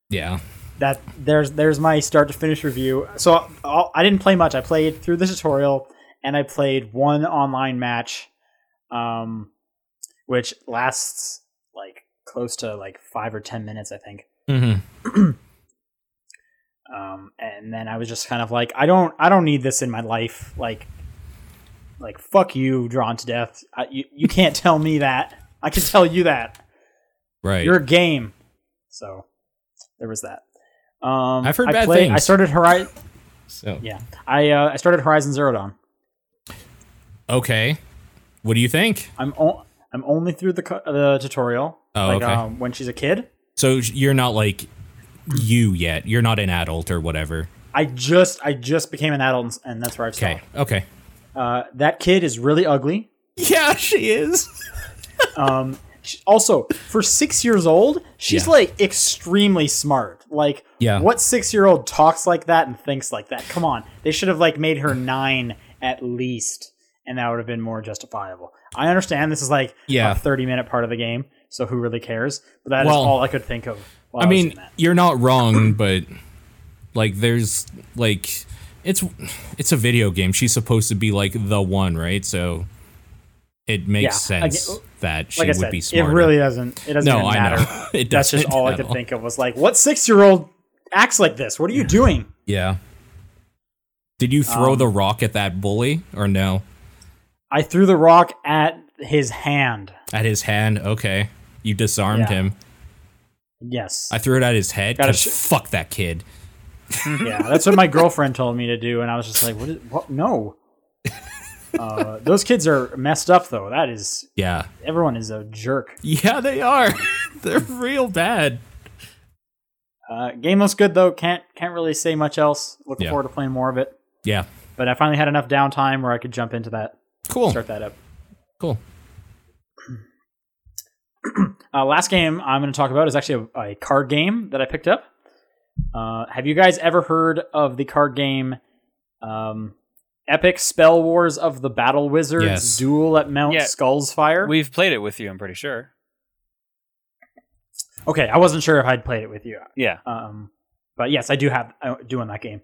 yeah, that there's there's my start to finish review. So I'll, I didn't play much. I played through the tutorial and I played one online match, um, which lasts like close to like five or ten minutes, I think. Mhm. Um, and then I was just kind of like, I don't I don't need this in my life. Like, like fuck you, drawn to death. I, you you can't tell me that. I can tell you that. right. Your game. So there was that. Um, I've heard I bad played- I things. started Horizon. so Yeah, I uh, I started Horizon Zero Dawn. okay, what do you think? I'm o- I'm only through the cu- the tutorial. Oh, like, okay. um, when she's a kid, So you're not like you yet. You're not an adult or whatever. I just I just became an adult, and- and that's where I've Okay. stopped. Okay. Uh, that kid is really ugly. Yeah, she is. She- also, for six years old, she's Yeah. like extremely smart. Like, Yeah. what six year old talks like that and thinks like that? Come on, they should have like made her nine at least, and that would have been more justifiable. I understand this is like Yeah. a thirty minute part of the game, so who really cares? But that is Well, all I could think of. While I was mean, doing that. you're not wrong, but like there's like it's it's a video game. She's supposed to be like the one, right? So it makes Yeah, I sense get- that she like I would said, be smarter. it really doesn't. It doesn't no, even I matter. know. It That's just doesn't all I at could all. think of was like, what six year old acts like this? What are you doing? Yeah. Did you throw Um, the rock at that bully or no? I threw the rock at his hand. At his hand? Okay. You disarmed Yeah. him. Yes. I threw it at his head Gotta because sh- fuck that kid. yeah, that's what my girlfriend told me to do, and I was just like, what? Is, what? No. Uh, those kids are messed up, though. That is, Yeah. everyone is a jerk. Yeah, they are. They're real bad. Uh, game looks good though. Can't can't really say much else. Looking Yeah. forward to playing more of it. Yeah. But I finally had enough downtime where I could jump into that, Cool. start that up. Cool. Uh, last game I'm going to talk about is actually a, a card game that I picked up. Uh, have you guys ever heard of the card game um, Epic Spell Wars of the Battle Wizards Yes. Duel at Mount Yeah. Skull's Fire? We've played it with you, I'm pretty sure. okay, I wasn't sure if I'd played it with you. Yeah. Um, but yes, I do have I do own that game.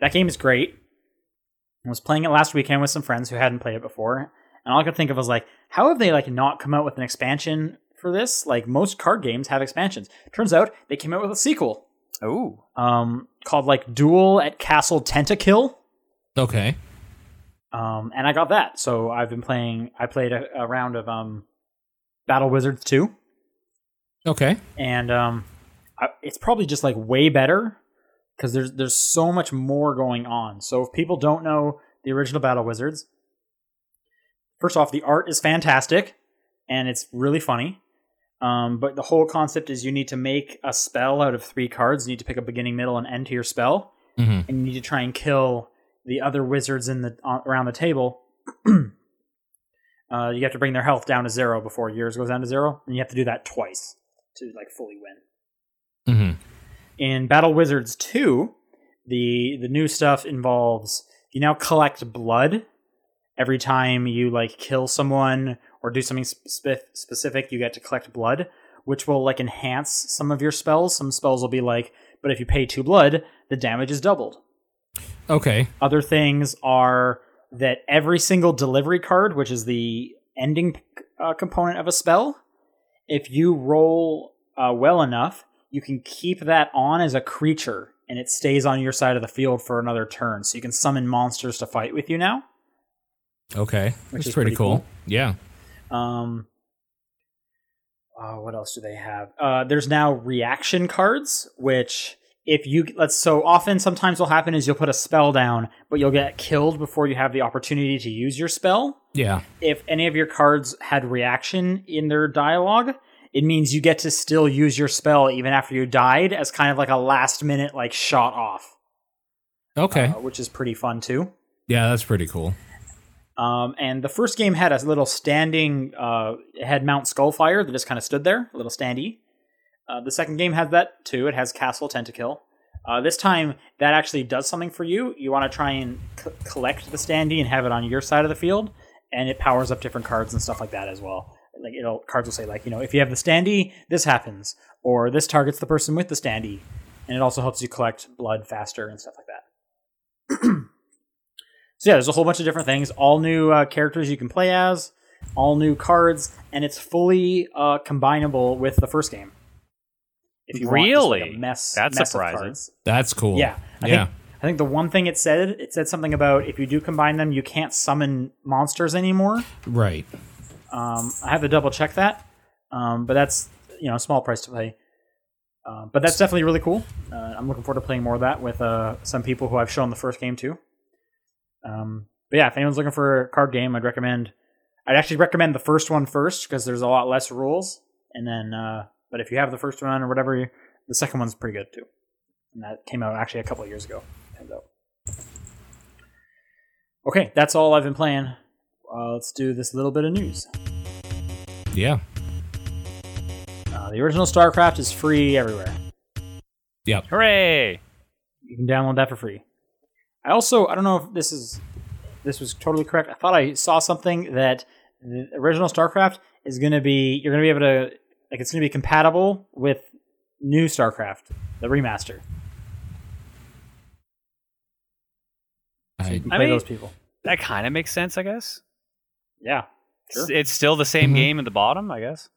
That game is great. I was playing it last weekend with some friends who hadn't played it before, and all I could think of was like, how have they like not come out with an expansion for this? Like most card games have expansions. Turns out they came out with a sequel Ooh. um, called like Duel at Castle Tentakill, Okay. um, and I got that. So I've been playing. I played a, a round of um, Battle Wizards two. Okay. and um, I, it's probably just like way better because there's there's so much more going on. So if people don't know the original Battle Wizards, first off, the art is fantastic and it's really funny. Um, but the whole concept is you need to make a spell out of three cards. You need to pick a beginning, middle, and end to your spell, hmm and you need to try and kill the other wizards in the on, around the table. uh, you have to bring their health down to zero before yours goes down to zero, and you have to do that twice to like fully win. hmm In Battle Wizards 2, the the new stuff involves you now collect blood every time you like kill someone or do something spe- specific, you get to collect blood, which will like enhance some of your spells. Some spells will be like, but if you pay 2 blood, the damage is doubled. Okay. Other things are that every single delivery card, which is the ending uh, component of a spell, if you roll uh, well enough, you can keep that on as a creature and it stays on your side of the field for another turn. So you can summon monsters to fight with you now. Okay. That's is pretty, pretty cool. cool. Yeah. Um, uh, what else do they have? Uh, there's now reaction cards, which if you let's so often sometimes will happen is you'll put a spell down, but you'll get killed before you have the opportunity to use your spell. Yeah. If any of your cards had reaction in their dialogue, it means you get to still use your spell even after you died as kind of like a last minute like shot off, Okay. uh, which is pretty fun too. yeah, that's pretty cool. Um, and the first game had a little standing, uh, it had Mount Skullfire that just kind of stood there, a little standee. Uh, the second game has that too. It has Castle Tentakill. Uh, this time, that actually does something for you. You want to try and c- collect the standee and have it on your side of the field, and it powers up different cards and stuff like that as well. Like it'll cards will say like you know if you have the standee, this happens, or this targets the person with the standee, and it also helps you collect blood faster and stuff like that. So yeah, there's a whole bunch of different things, all new uh, characters you can play as, all new cards, and it's fully uh, combinable with the first game. If you want, just, like, Really? a mess, That's mess surprising. Of cards. That's cool. Yeah, I yeah. Think, I think the one thing it said, it said something about if you do combine them, you can't summon monsters anymore. right. Um, I have to double check that, um, but that's you know a small price to pay. Um, but that's definitely really cool. Uh, I'm looking forward to playing more of that with uh, some people who I've shown the first game to. Um, but yeah, if anyone's looking for a card game, I'd recommend. I'd actually recommend the first one first because there's a lot less rules, and then. Uh, but if you have the first one or whatever, the second one's pretty good too. And that came out actually a couple of years ago. turns out. Okay, that's all I've been playing. Uh, let's do this little bit of news. Yeah. Uh, the original StarCraft is free everywhere. Hooray! You can download that for free. I also I don't know if this is this was totally correct. I thought I saw something that the original StarCraft is going to be you're going to be able to like it's going to be compatible with new StarCraft, the remaster. So you I, can I play mean- those people. That kind of makes sense, I guess. Yeah, Sure. It's- It's still the same Mhm. game at the bottom, I guess.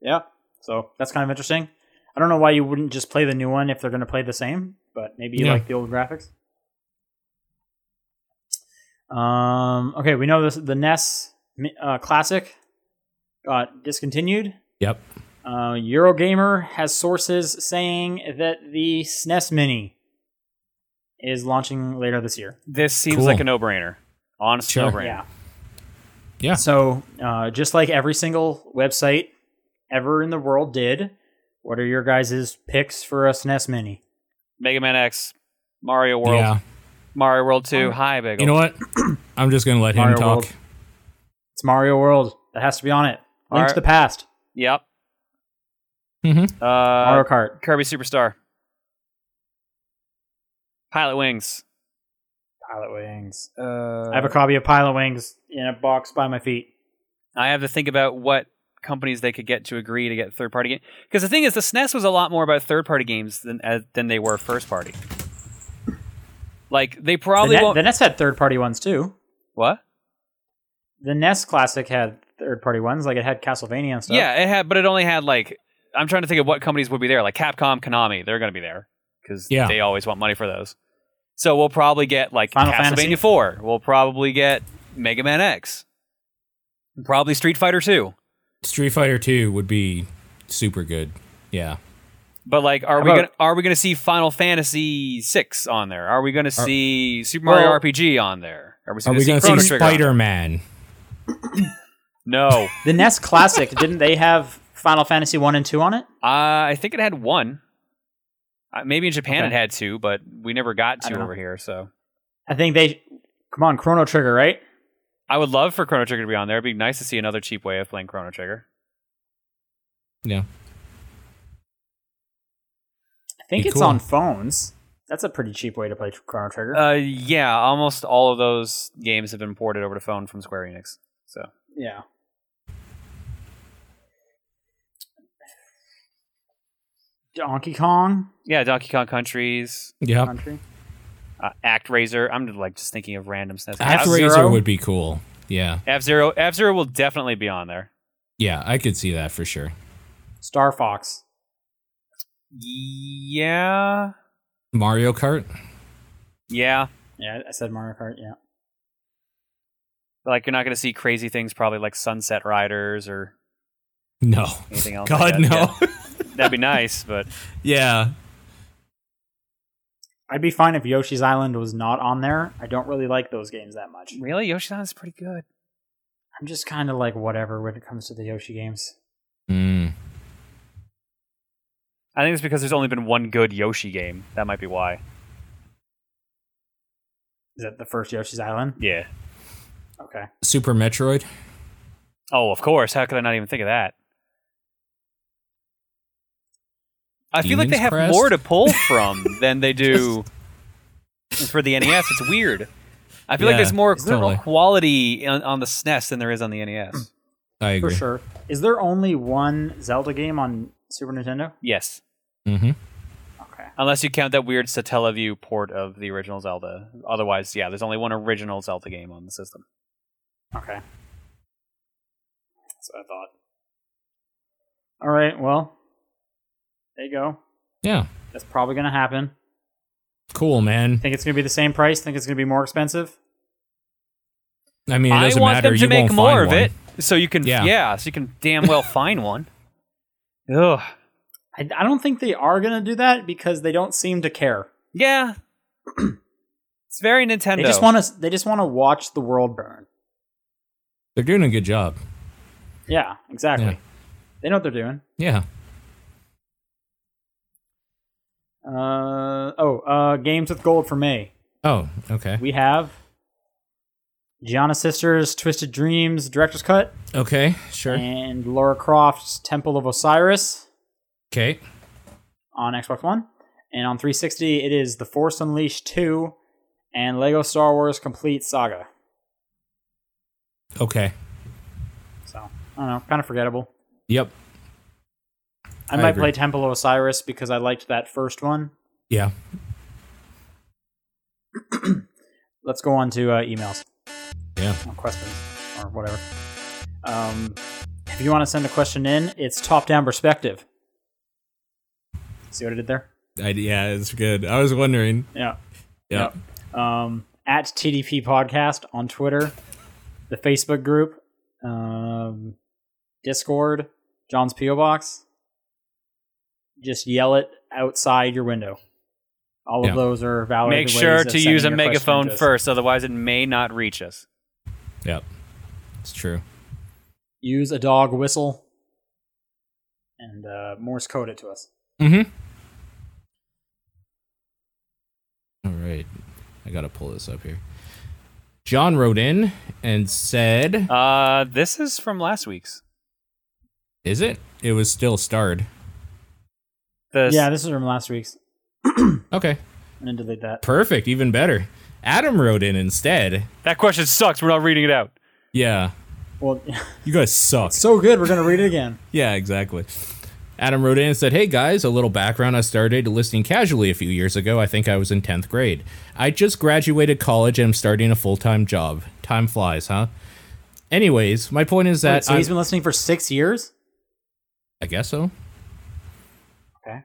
yeah. So that's kind of interesting. I don't know why you wouldn't just play the new one if they're going to play the same, but maybe you Yeah. like the old graphics. Um. Okay, we know this. The NES uh, Classic got discontinued. yep. Uh, Eurogamer has sources saying that the SNES Mini is launching later this year. This seems Cool. like a no-brainer. Honest Sure. no-brainer. Yeah. Yeah. So, uh, just like every single website ever in the world did, what are your guys' picks for a SNES Mini? Mega Man X, Mario World, Yeah. Mario World Two. Hi, Bagel. You know what? I'm just gonna let him Mario talk. World. It's Mario World. That has to be on it. Link Mar- to the past. Yep. Mhm. Uh, Mario Kart. Kirby Superstar. Pilot Wings. Pilot Wings. Uh, I have a copy of Pilot Wings in a box by my feet. I have to think about what companies they could get to agree to get third party game. Because the thing is, the SNES was a lot more about third party games than as, than they were first party. Like they probably the, Net- won't. the NES had third party ones too. what? The NES Classic had third party ones. Like it had Castlevania and stuff. Yeah, it had, but it only had like I'm trying to think of what companies would be there. Like Capcom, Konami, they're going to be there because Yeah. they always want money for those. So we'll probably get like Final Fantasy. Castlevania Four. We'll probably get Mega Man X. Probably Street Fighter Two. Street Fighter Two would be super good. Yeah. But like, are we About- gonna are we gonna see Final Fantasy Six on there? Are we gonna see Super Mario Well- RPG on there? Are we Are gonna we see gonna see Chrono Trigger on there? Spider Man? No, The NES Classic didn't they have Final Fantasy one and two on it? uh, I think it had one. Uh, maybe in Japan Okay. it had two, but we never got I two don't know. over here. So I think they come on Chrono Trigger, right? I would love for Chrono Trigger to be on there. It'd be nice to see another cheap way of playing Chrono Trigger. Yeah. I think Be it's cool. on phones. That's a pretty cheap way to play Chrono Trigger. Uh, yeah, almost all of those games have been ported over to phone from Square Enix. So yeah. Donkey Kong yeah, Donkey Kong Countries, Yeah. Country. uh, Act Razor. I'm like just thinking of random SNES. Half F-Zero? Razor would be cool. Yeah. F Zero, F Zero will definitely be on there. Yeah, I could see that for sure. Star Fox. Yeah. Mario Kart? Yeah. Yeah, I said Mario Kart. Yeah. Like you're not gonna see crazy things probably like Sunset Riders or No. anything else. like God that. no. Yeah. That'd be nice, but yeah. I'd be fine if Yoshi's Island was not on there. I don't really like those games that much. really Yoshi's is pretty good. I'm just kind of like whatever when it comes to the Yoshi games. Mm. I think it's because there's only been one good Yoshi game. That might be why. Is that the first Yoshi's Island? Yeah. Okay. Super Metroid. Oh, of course. How could I not even think of that? I feel like they Demon's have Crest? more to pull from than they do for the NES. It's weird. I feel like Yeah, there's more it's totally- quality on, on the SNES than there is on the E NES. I For agree. sure. Is there only one Zelda game on Super Nintendo? yes. Mm-hmm. Okay. Unless you count that weird Satellaview port of the original Zelda. Otherwise, yeah, there's only one original Zelda game on the system. Okay. That's what I thought. All right. Well, there you go. Yeah. That's probably going to happen. Cool, man. Think it's going to be the same price? Think it's going to be more expensive? I mean, it I doesn't want matter. them to you make won't more find of one. it, so you can yeah. Yeah. so you can damn well find one. Ugh. I, I don't think they are going to do that because they don't seem to care. Yeah. it's very Nintendo. They just want to. They just want to watch the world burn. They're doing a good job. Yeah, exactly. Yeah. They know what they're doing. Yeah. Uh, oh, uh, games with gold for May. Oh, okay. We have Gianna Sisters, Twisted Dreams, Director's Cut, Okay, sure. and Laura Croft's Temple of Osiris Okay. on Xbox One. And on 360, it is The Force Unleashed 2 and Lego Star Wars Complete Saga. Okay. So, I don't know, kind of forgettable. Yep. I, I might agree. play Temple of Osiris because I liked that first one. Yeah. Let's go on to uh, emails. Yeah. or questions or whatever. Um, if you want to send a question in, it's top down perspective. See what I did there? I, yeah, it's good. I was wondering. Yeah. Yep. Um, at TDP Podcast on Twitter, the Facebook group, um, Discord, John's P.O. Box. Just yell it outside your window. All Yeah. of those are valid. Make ways sure of to sending use a your question megaphone to us. first, otherwise it may not reach us. Yep. It's true. Use a dog whistle and uh, Morse code it to us. Mm-hmm. All right. I gotta pull this up here. John wrote in and said, Uh, this is from last week's. "Is it? It was still starred." This, Yeah, this is from last week's. Okay. I'm gonna delete that. Perfect. Even better. Adam wrote in instead. that question sucks. We're not reading it out. Yeah. Well, You guys suck. so good. We're gonna read it again. Yeah, exactly. Adam wrote in and said, Hey guys, a little background. I started listening casually a few years ago. I think I was in 10th grade. I just graduated college and am starting a full time job. Time flies, huh? Anyways, my point is that Wait, so he's I'm- been listening for six years. I guess so. Okay.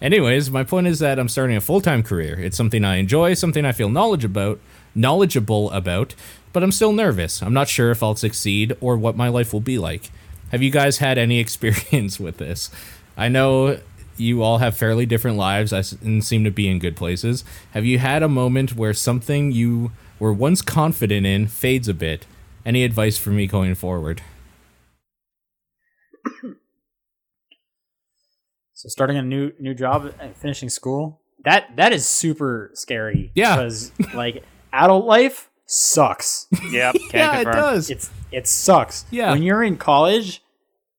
Anyways, my point is that I'm starting a full-time career. It's something I enjoy, something I feel knowledge about, knowledgeable about, but I'm still nervous. I'm not sure if I'll succeed or what my life will be like. Have you guys had any experience with this? I know you all have fairly different lives I s- and seem to be in good places. Have you had a moment where something you were once confident in fades a bit? Any advice for me going forward? So starting a new new job and finishing school. That that is super scary. Yeah. Because like adult life sucks. Yep. Can't yeah, confirm. it does. It's it sucks. Yeah. When you're in college,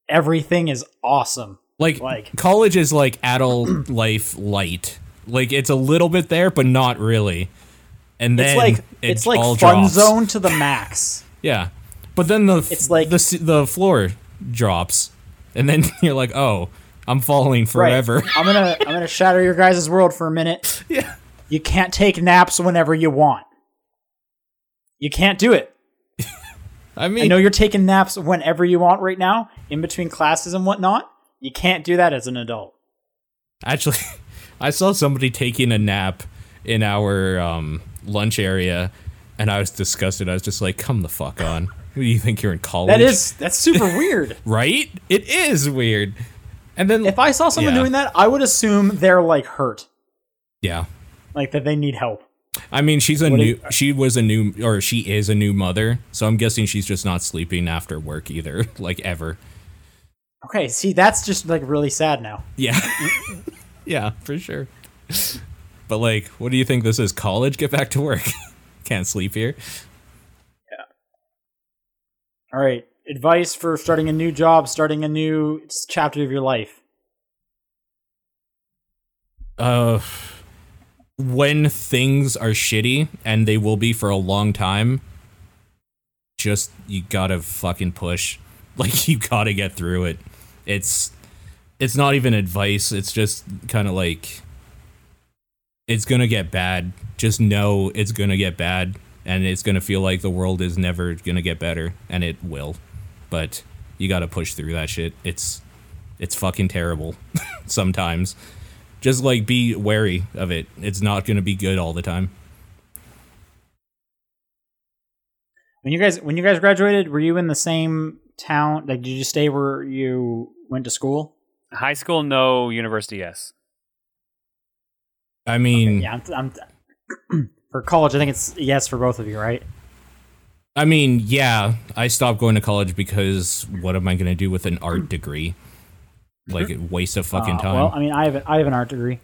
everything is awesome. like, Like- college is like adult life light like it's a little bit there but not really and then It's like it it's like all fun drops. zone to the max. yeah but then the f- It's like- the s- the floor drops and then you're like oh i'm falling Right. forever I'm gonna I'm gonna shatter your guys' world for a minute. yeah You can't take naps whenever you want. You can't do it. i I mean know you're taking naps whenever you want right now, in between classes and whatnot. You can't do that as an adult. actually i saw somebody taking a nap in our um, lunch area and i was disgusted i was just like come the fuck on who do you think you're in college That is that's super weird. right it is weird and then If I saw someone Yeah. doing that, I would assume they're like hurt, yeah like that they need help. I mean, she's a What do new. you- she was a new, or she is a new mother. So I'm guessing she's just not sleeping after work either, like ever. Okay, see, that's just like really sad now. Yeah. yeah, for sure. But like, what do you think this is? College? Get back to work. Can't sleep here. All right, advice for starting a new job, starting a new s- chapter of your life. Uh when things are shitty and they will be for a long time, just you got to fucking push. Like you got to get through it. It's it's not even advice. It's just kind of like it's going to get bad. Just know it's going to get bad and it's going to feel like the world is never going to get better and it will. But you got to push through that shit. It's it's fucking terrible sometimes. Just like be wary of it. It's not going to be good all the time. When you guys when you guys graduated, were you in the same town? Like, did you stay where you went to school? High school, no. University, yes. I mean, Yeah, I'm, I'm for college. I think it's yes for both of you, right? I mean, yeah, I stopped going to college because what am I going to do with an art degree? Like, a waste of fucking Uh, time. Well, I mean, I have an, I have an art degree.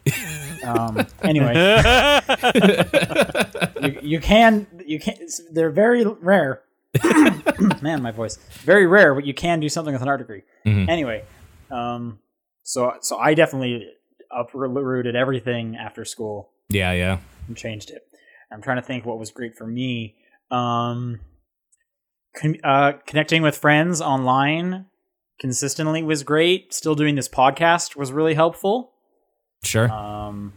um, anyway, you, you can you can. it's- They're very rare. Man, my voice very rare, but you can do something with an art degree. Mhm. Anyway, um, so so I definitely uprooted everything after school yeah, yeah. and changed it. I'm trying to think what was great for me. Um, con- uh, connecting with friends online consistently was great. Still doing this podcast was really helpful. Sure. Um,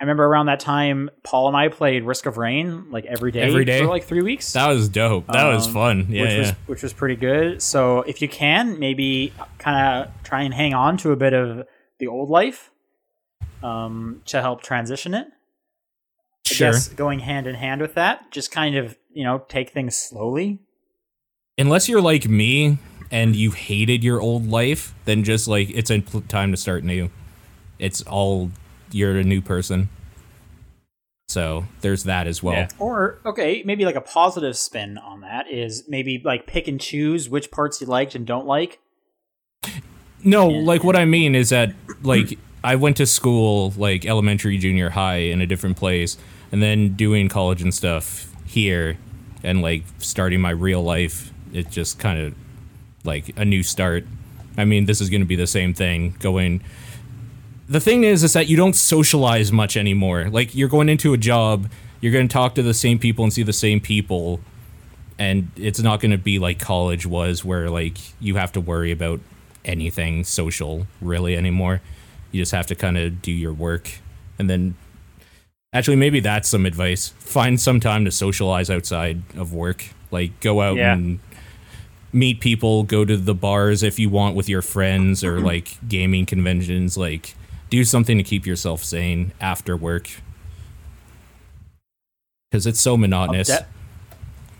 I remember around that time, Paul and I played Risk of Rain like every day, Every day? for like three weeks. that was dope. That was um, fun. Yeah, which yeah. was which was pretty good. So if you can, maybe kind of try and hang on to a bit of the old life um, to help transition it. I sure. guess going hand in hand with that, just kind of you know take things slowly. Unless you're like me and you hated your old life, then just like it's a pl- time to start new. It's all you're a new person. So there's that as well. Yeah. Or okay, maybe like a positive spin on that is maybe like pick and choose which parts you liked and don't like. No, like what I mean is that like I went to school like elementary, junior, high in a different place, and then doing college and stuff here, and like starting my real life. It just kind of like a new start. I mean, this is going to be the same thing going. The thing is, is that you don't socialize much anymore. Like you're going into a job, you're going to talk to the same people and see the same people, and it's not going to be like college was, where like you have to worry about anything social really anymore. You just have to kind of do your work, and then actually maybe that's some advice. Find some time to socialize outside of work. Like go out Yeah. and meet people, go to the bars if you want with your friends Mm-hmm. or like gaming conventions, like do something to keep yourself sane after work. Cuz it's so monotonous. de-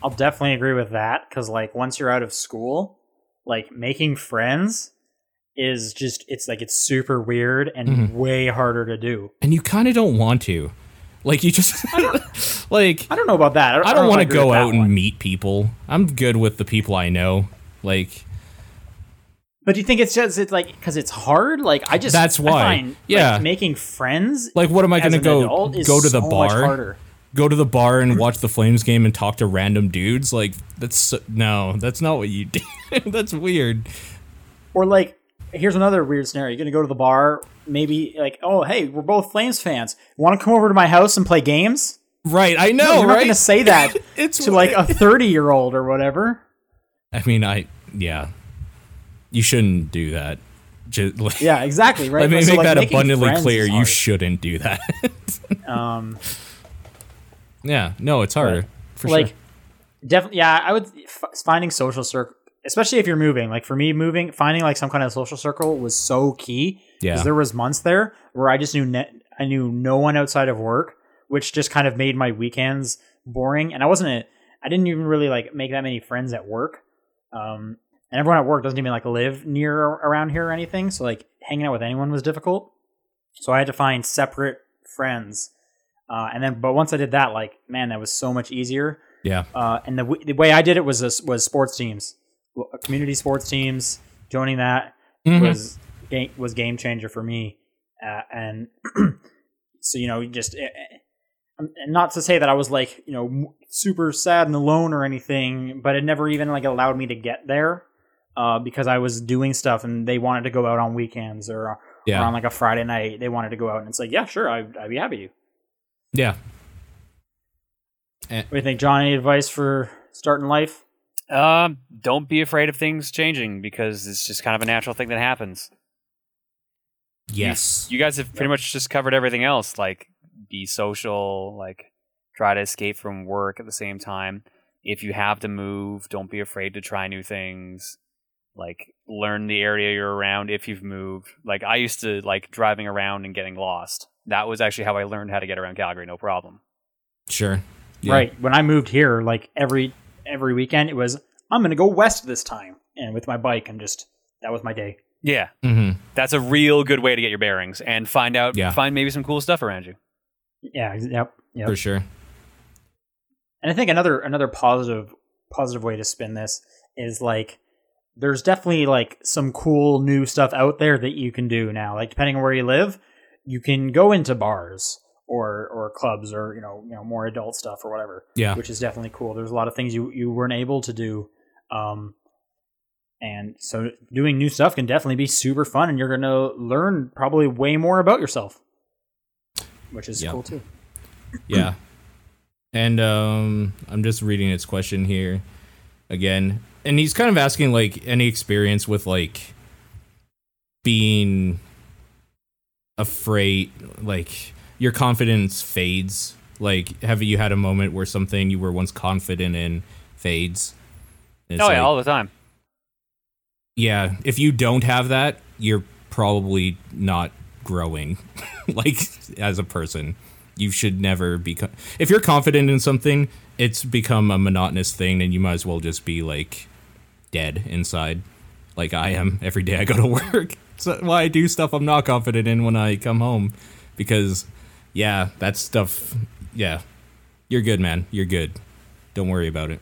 I'll definitely agree with that because, like, once you're out of school, like making friends is just it's like it's super weird and Mm-hmm. way harder to do. and you kind of don't want to. Like you just like I don't know about that. I don't, I don't want to go out and and meet people. I'm good with the people I know. Like But do you think it's just it's like because it's hard? Like I just That's I why. find, like, Yeah. making friends like what am I going as to go an adult is go to the so much bar? harder. Go to the bar and watch the Flames game and talk to random dudes? Like that's so, no, that's not what you do. that's weird. Or like here's another weird scenario: you're gonna go to the bar, maybe like oh hey, we're both Flames fans. Want to come over to my house and play games? Right, I know, You're not right? gonna say that It's to like a thirty year old or whatever. I mean, I yeah, you shouldn't do that. Just, like, Yeah, exactly. Right. let me So, make like, that making abundantly friends is clear. You hard. shouldn't do that. um, yeah, no, it's harder for like sure. definitely. Yeah, I would f- finding social circle, especially if you're moving. Like for me, moving finding like some kind of social circle was so key. 'Cause Yeah. there was months there where I just knew net, I knew no one outside of work, which just kind of made my weekends boring. And I wasn't. A, I didn't even really like make that many friends at work. Um, and everyone at work doesn't even like live near or around here or anything. So like hanging out with anyone was difficult. So I had to find separate friends. Uh, and then, but once I did that, like man, that was so much easier. Yeah, Uh, and the, w- the way I did it was this, was sports teams, Well, uh, community sports teams, joining that, Mhm. was game was game changer for me, uh, and so you know, just eh, eh, um, and not to say that I was like you know m- super sad and alone or anything, but it never even like allowed me to get there uh, because I was doing stuff and they wanted to go out on weekends or, or yeah, on like a Friday night they wanted to go out and it's like yeah sure I, I'd be happy to. yeah. What do you think, John? Any advice for starting life? Um, don't be afraid of things changing because it's just kind of a natural thing that happens. Yes. You guys have pretty Yeah. much just covered everything else, like be social, like try to escape from work at the same time. If you have to move, don't be afraid to try new things. Like learn the area you're around if you've moved. Like I used to like driving around and getting lost. That was actually how I learned how to get around Calgary, no problem. sure. Yeah. Right. When I moved here, like every every weekend, it was I'm gonna go west this time, and with my bike, I'm just that was my day. Yeah. Mm-hmm. That's a real good way to get your bearings and find out Yeah. find maybe some cool stuff around you. Yeah. ex- Yep. Yep. For sure. And I think another another positive positive way to spin this is like there's definitely like some cool new stuff out there that you can do now. Like depending on where you live, you can go into bars or or clubs or you know you know more adult stuff or whatever. Yeah. which is definitely cool. There's a lot of things you you weren't able to do, um, and so doing new stuff can definitely be super fun, and you're gonna learn probably way more about yourself, which is Yeah. cool too. yeah. And um, I'm just reading its question here again, and he's kind of asking like any experience with like being afraid, like your confidence fades. Like, have you had a moment where something you were once confident in fades? And it's oh yeah, like- all the time. yeah if you don't have that you're probably not growing like as a person you should never be co- if you're confident in something it's become a monotonous thing and you might as well just be like dead inside like i am every day i go to work so why i do stuff i'm not confident in when i come home because yeah that stuff yeah you're good man you're good don't worry about it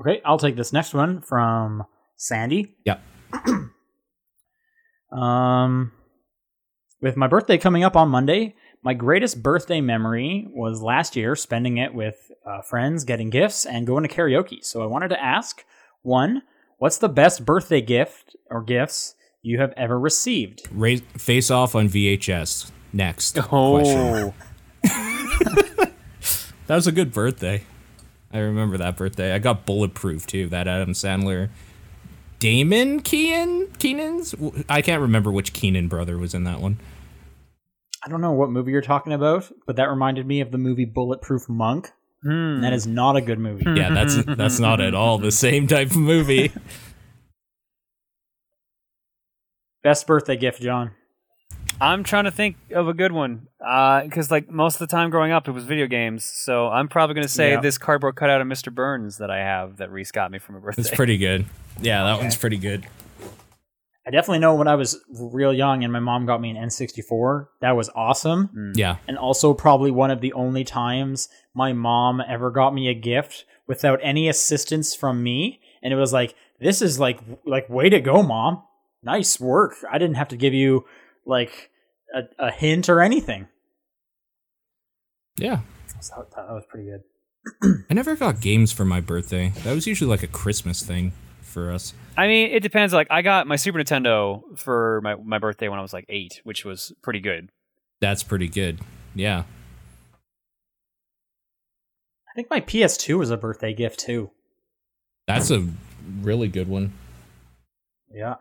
Okay, I'll take this next one from Sandy. Yep. um, with my birthday coming up on Monday, my greatest birthday memory was last year spending it with uh, friends, getting gifts, and going to karaoke. So I wanted to ask one, what's the best birthday gift or gifts you have ever received? Raise, face off on vhs next question Oh, That was a good birthday. I remember that birthday. I got bulletproof too. That Adam Sandler, Damon Keenan, Keenan's. W- I can't remember which Keenan brother was in that one. I don't know what movie you're talking about, but that reminded me of the movie Bulletproof Monk. And that is not a good movie. Yeah, that's that's not at all the same type of movie. Best birthday gift, John. I'm trying to think of a good one because, like, most of the time growing up, it was video games. So I'm probably going to say Yeah. this cardboard cutout of Mr. Burns that I have that Reese got me for my It's birthday. pretty good. Yeah, that one's pretty good. I definitely know when I was real young and my mom got me an N64. That was awesome. Yeah, And also, probably one of the only times my mom ever got me a gift without any assistance from me. And it was like, this is like, like, way to go, mom. Nice work. I didn't have to give you like a, a hint or anything. yeah. So that, that was pretty good. I never got games for my birthday. That was usually like a Christmas thing for us. I mean, it depends. Like, I got my Super Nintendo for my, my birthday when I was like eight, which was pretty good. That's pretty good. Yeah. I think my PS2 was a birthday gift too. That's a really good one. Yeah.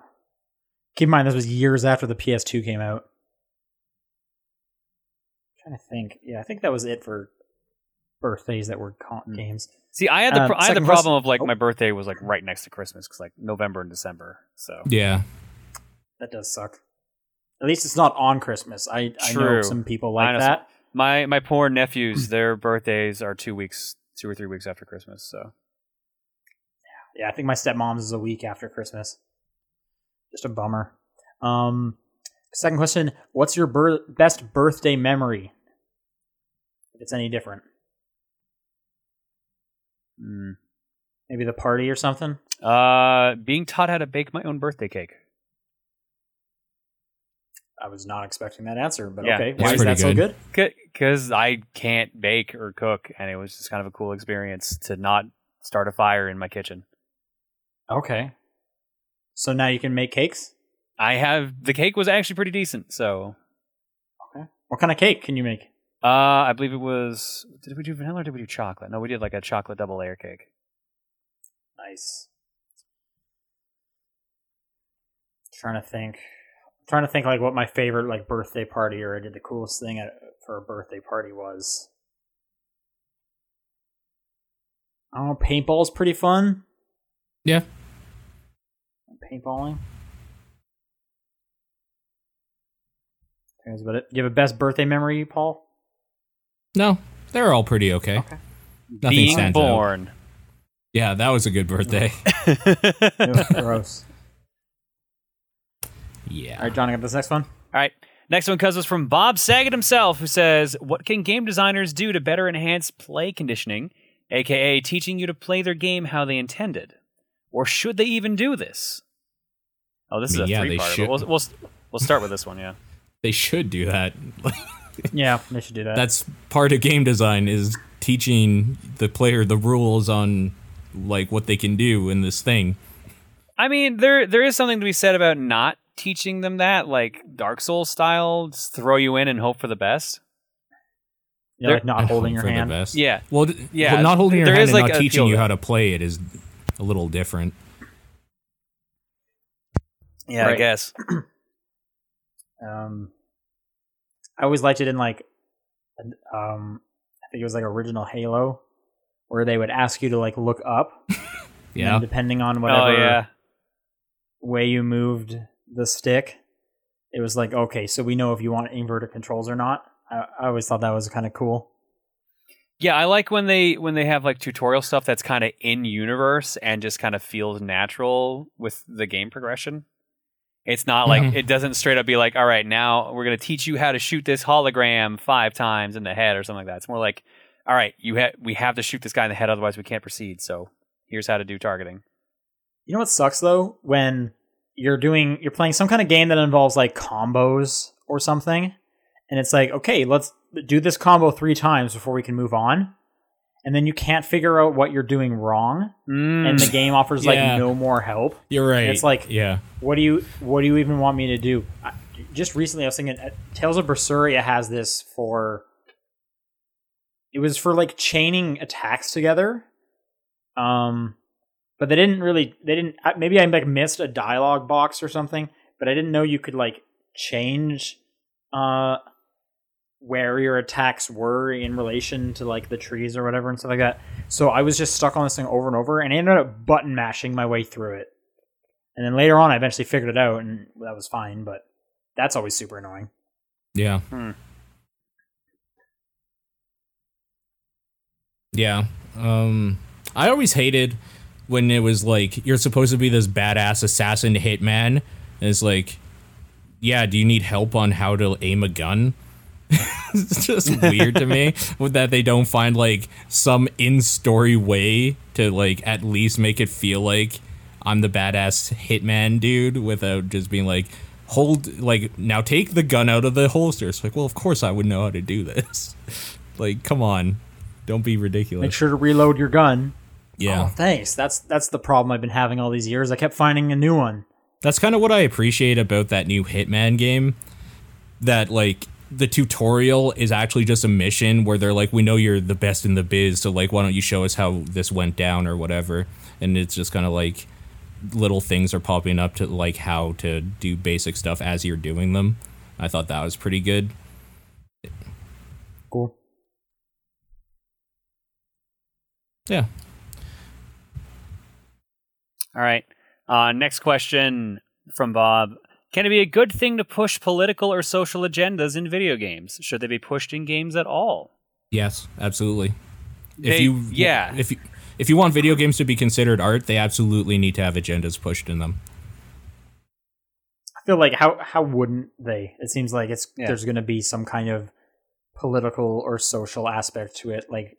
Keep in mind, this was years after the PS2 came out. trying to think. Yeah, I think that was it for birthdays that were con- Hmm. games. See, I had the Uh, pro- I had the second question- problem of like oh. my birthday was like right next to Christmas because like November and December. So Yeah. That does suck. At least it's not on Christmas. I, I know True. some people I like know that. my my poor nephews, their birthdays are two weeks, two or three weeks after Christmas. So Yeah, I think my stepmom's is a week after Christmas. Just a bummer. Um, second question: What's your bir- best birthday memory? If it's any different, mm. maybe the party or something. Uh, being taught how to bake my own birthday cake. I was not expecting that answer, but Yeah, okay. that's Why is pretty that so good. good? Because I can't bake or cook, and it was just kind of a cool experience to not start a fire in my kitchen. Okay. So now you can make cakes. I have the cake was actually pretty decent, so What kind of cake can you make? uh, I believe it was. Did we do vanilla or did we do chocolate? No, we did like a chocolate double layer cake. Nice. trying to think. trying to think like what my favorite like birthday party or I did the coolest thing at, for a birthday party was. I don't know. Paintball's pretty fun. Yeah. Paintballing. I think That's about it. Do you have a best birthday memory, Paul? No, they're all pretty okay. Nothing Being stands out. born. Yeah, that was a good birthday. Ew, gross. All yeah. right, John, I got this next one. All right. Next one comes us from Bob Saget himself, who says, What can game designers do to better enhance play conditioning, aka teaching you to play their game how they intended? Or should they even do this? Oh, this I mean, is a yeah, they three part. should. We'll, we'll, we'll start with this one, yeah. They should do that. Yeah, they should do that. That's part of game design is teaching the player the rules on like what they can do in this thing. I mean, there there is something to be said about not teaching them that, like Dark Souls style, just throw you in and hope for the best. You're like not And holding hope your for hand. The best. Yeah. Well, d- Yeah, well, not holding your there hand is, and like, not a teaching feel you there. how to play it is a little different. Yeah, I Right. guess. Um, I always liked it in like, an- um, I think it was like original Halo, where they would ask you to like look up, Yeah. and depending on whatever Oh yeah. way you moved the stick, it was like okay, so we know if you want inverted controls or not. I, I always thought that was kind of cool. Yeah, I like when they when they have like tutorial stuff that's kind of in universe and just kind of feels natural with the game progression. It's not like Mhm. it doesn't straight up be like, all right, now we're gonna teach you how to shoot this hologram five times in the head or something like that. It's more like, all right, you ha- we have to shoot this guy in the head, otherwise we can't proceed. So here's how to do targeting. You know what sucks though when you're doing you're playing some kind of game that involves like combos or something and it's like okay, let's do this combo 3 times before we can move on. And then you can't figure out what you're doing wrong and the game offers Yeah. like no more help. You're right. It's like- yeah. What do you what do you even want me to do? I, just recently I was thinking uh, Tales of Berseria has this for it was for like chaining attacks together. Um but they didn't really they didn't I- maybe I like missed a dialogue box or something, but I didn't know you could like change uh where your attacks were in relation to like the trees or whatever and stuff like that. So I was just stuck on this thing over and over and I ended up button mashing my way through it. And then later on I eventually figured it out and that was fine, but that's always super annoying. Yeah. Hmm. Yeah. Um I always hated when it was like you're supposed to be this badass assassin hitman and it's like yeah, do you need help on how to aim a gun? it's just weird to me with that they don't find like some in-story way to like at least make it feel like I'm the badass hitman dude without just being like hold like now take the gun out of the holster. It's like, well, of course I would know how to do this. like, come on. Don't be Make ridiculous. sure to reload your gun. Yeah. Oh, thanks. That's that's the problem I've been having all these years. I kept finding a new one. that's kind of what I appreciate about that new Hitman game. That like the tutorial is actually just a mission where they're like, we know you're the best in the biz, so like, why don't you show us how this went down or whatever? And it's just kind of like little things are popping up to like how to do basic stuff as you're doing them. I thought that was pretty good. Cool. Yeah. All right. Uh, next question from Bob. Can it be a good thing to push political or social agendas in video games? Should they be pushed in games at all? Yes, absolutely. They- yeah. if you if you want video games to be considered art, they absolutely need to have agendas pushed in them. I feel like how how wouldn't they? It seems like it's Yeah. there's going to be some kind of political or social aspect to it, like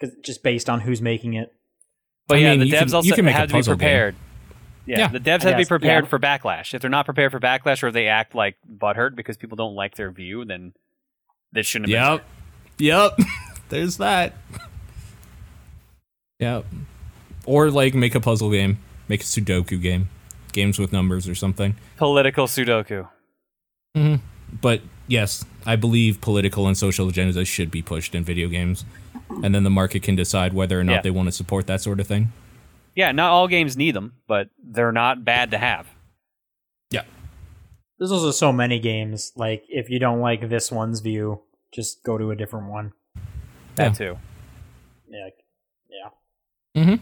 'cause- just based on who's making it. But I yeah, mean, the you devs can- also you can make a have to be puzzle game. prepared. Yeah, Yeah. the devs I have to be guess, prepared yeah. for backlash. If they're not prepared for backlash, or they act like butthurt because people don't like their view, then this shouldn't. Have Yep. Yep. There's that. Yep. Or like make a puzzle game, make a Sudoku game, games with numbers or something. been. political Sudoku. But yes, I believe political and social agendas should be pushed in video games. And then the market can decide whether or not Yeah. they want to support that sort of thing. Yeah, not all games need them, but they're not bad to have. Yeah. There's also so many games. Like if you don't like this one's view, just go to a different one. That Yeah. too. Yeah, like- yeah. Mm-hmm. All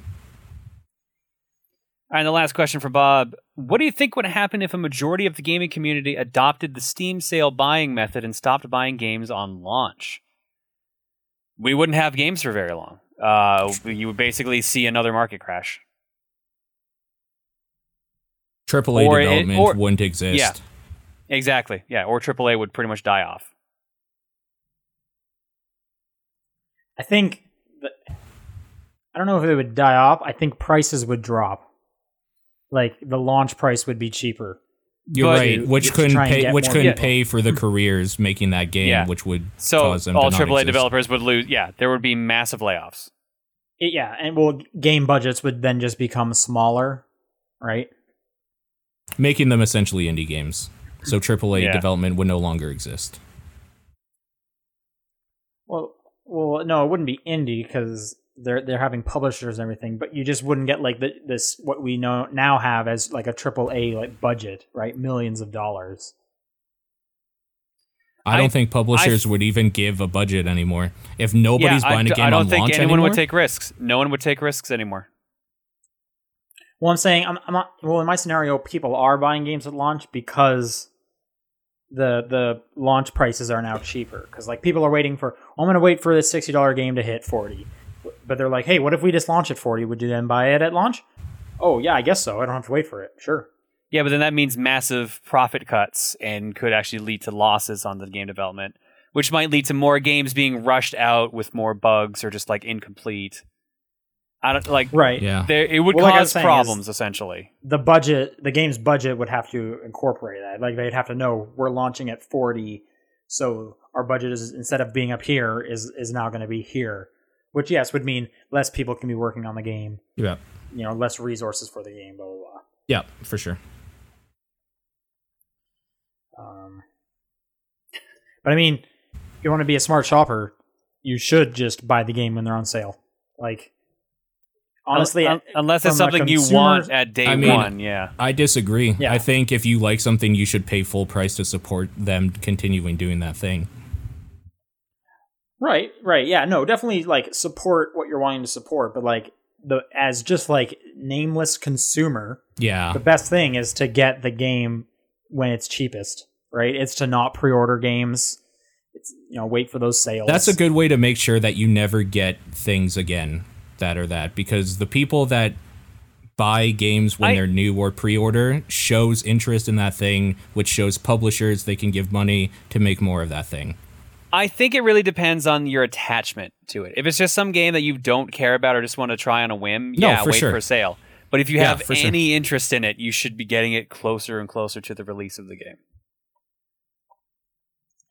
right, and the last question for Bob. What do you think would happen if a majority of the gaming community adopted the Steam sale buying method and stopped buying games on launch? We wouldn't have games for very long. Uh, you would basically see another market crash. AAA Or it- development or- wouldn't exist. Yeah. Exactly. Yeah, or AAA would pretty much die off. I think. That, I don't know if it would die off. I think prices would drop. Like the launch price would be cheaper. You're But- right. Which Just try couldn't and pay get which more couldn't people. pay for the careers making that game, Yeah. which would So cause them all to not AAA exist. developers would lose. Yeah, there would be massive layoffs. It- yeah, and well, game budgets would then just become smaller, right? making them essentially indie games. So AAA Yeah. development would no longer exist. Well, well, no, it wouldn't be indie because they're they're having publishers and everything, but you just wouldn't get like the, this what we know now have as like a triple A like budget, right? Millions of dollars. I, I- don't think publishers would even give a budget anymore. If nobody's yeah, I buying a d- game I don't on think launch anyone anymore, would take risks. No one would take risks anymore. Well, I'm saying I'm, I'm not. Well, in my scenario, people are buying games at launch because the the launch prices are now cheaper. Because like people are waiting for, "Oh, I'm going to wait for this sixty dollar game to hit forty, but they're like, hey, what if we just launch at forty? Would you then buy it at launch? Oh yeah, I guess so. I don't have to wait for it. Sure. Yeah, but then that means massive profit cuts and could actually lead to losses on the game development, which might lead to more games being rushed out with more bugs or just like incomplete. I don't like Right. yeah, there it would Well, like I was cause saying is- problems essentially. the budget the game's budget would have to incorporate that like they'd have to know we're launching at 40 so our budget is instead of being up here is is now going to be here which yes would mean less people can be working on the game yeah, you know less resources for the game blah blah blah yeah, for sure. um, but i mean if you want to be a smart shopper you should just buy the game when they're on sale like honestly eh, Un- unless it's from a something you consumer- want at day I mean- one, yeah. I disagree. Yeah. I think if you like something, you should pay full price to support them continuing doing that thing. Right, right, yeah, no, definitely like support what you're wanting to support, but like the as just like nameless consumer, Yeah, the best thing is to get the game when it's cheapest, right? It's to not pre-order games. It's you know wait for those sales. that's a good way to make sure that you never get things again that are that because the people that buy games when I- they're new or pre-order shows interest in that thing, which shows publishers they can give money to make more of that thing. I think it really depends on your attachment to it. If it's just some game that you don't care about or just want to try on a whim, No, yeah, for wait sure. for sale. But if you Yeah, have for sure. any interest in it, you should be getting it closer and closer to the release of the game.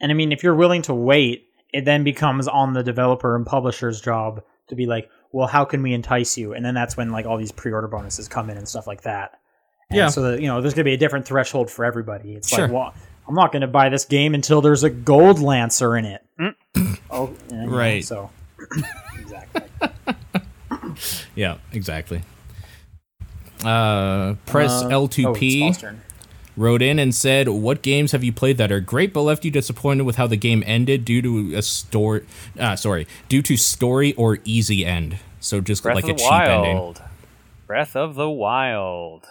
and I mean if you're willing to wait, it then becomes on the developer and publisher's job to be like, well, how can we entice you? And then that's when like all these pre-order bonuses come in and stuff like that. And Yeah. So that you know, there's gonna be a different threshold for everybody. It's Sure. like, well, I'm not gonna buy this game until there's a gold lancer in it. Mm. oh, and, you know, Right. so exactly. Yeah, exactly. Uh, Press oh, L2P wrote in and said, "What games have you played that are great but left you disappointed with how the game ended due to a story? Uh, sorry, due to story or easy end? So just Breath like of a the cheap Wild. ending. Breath of the Wild.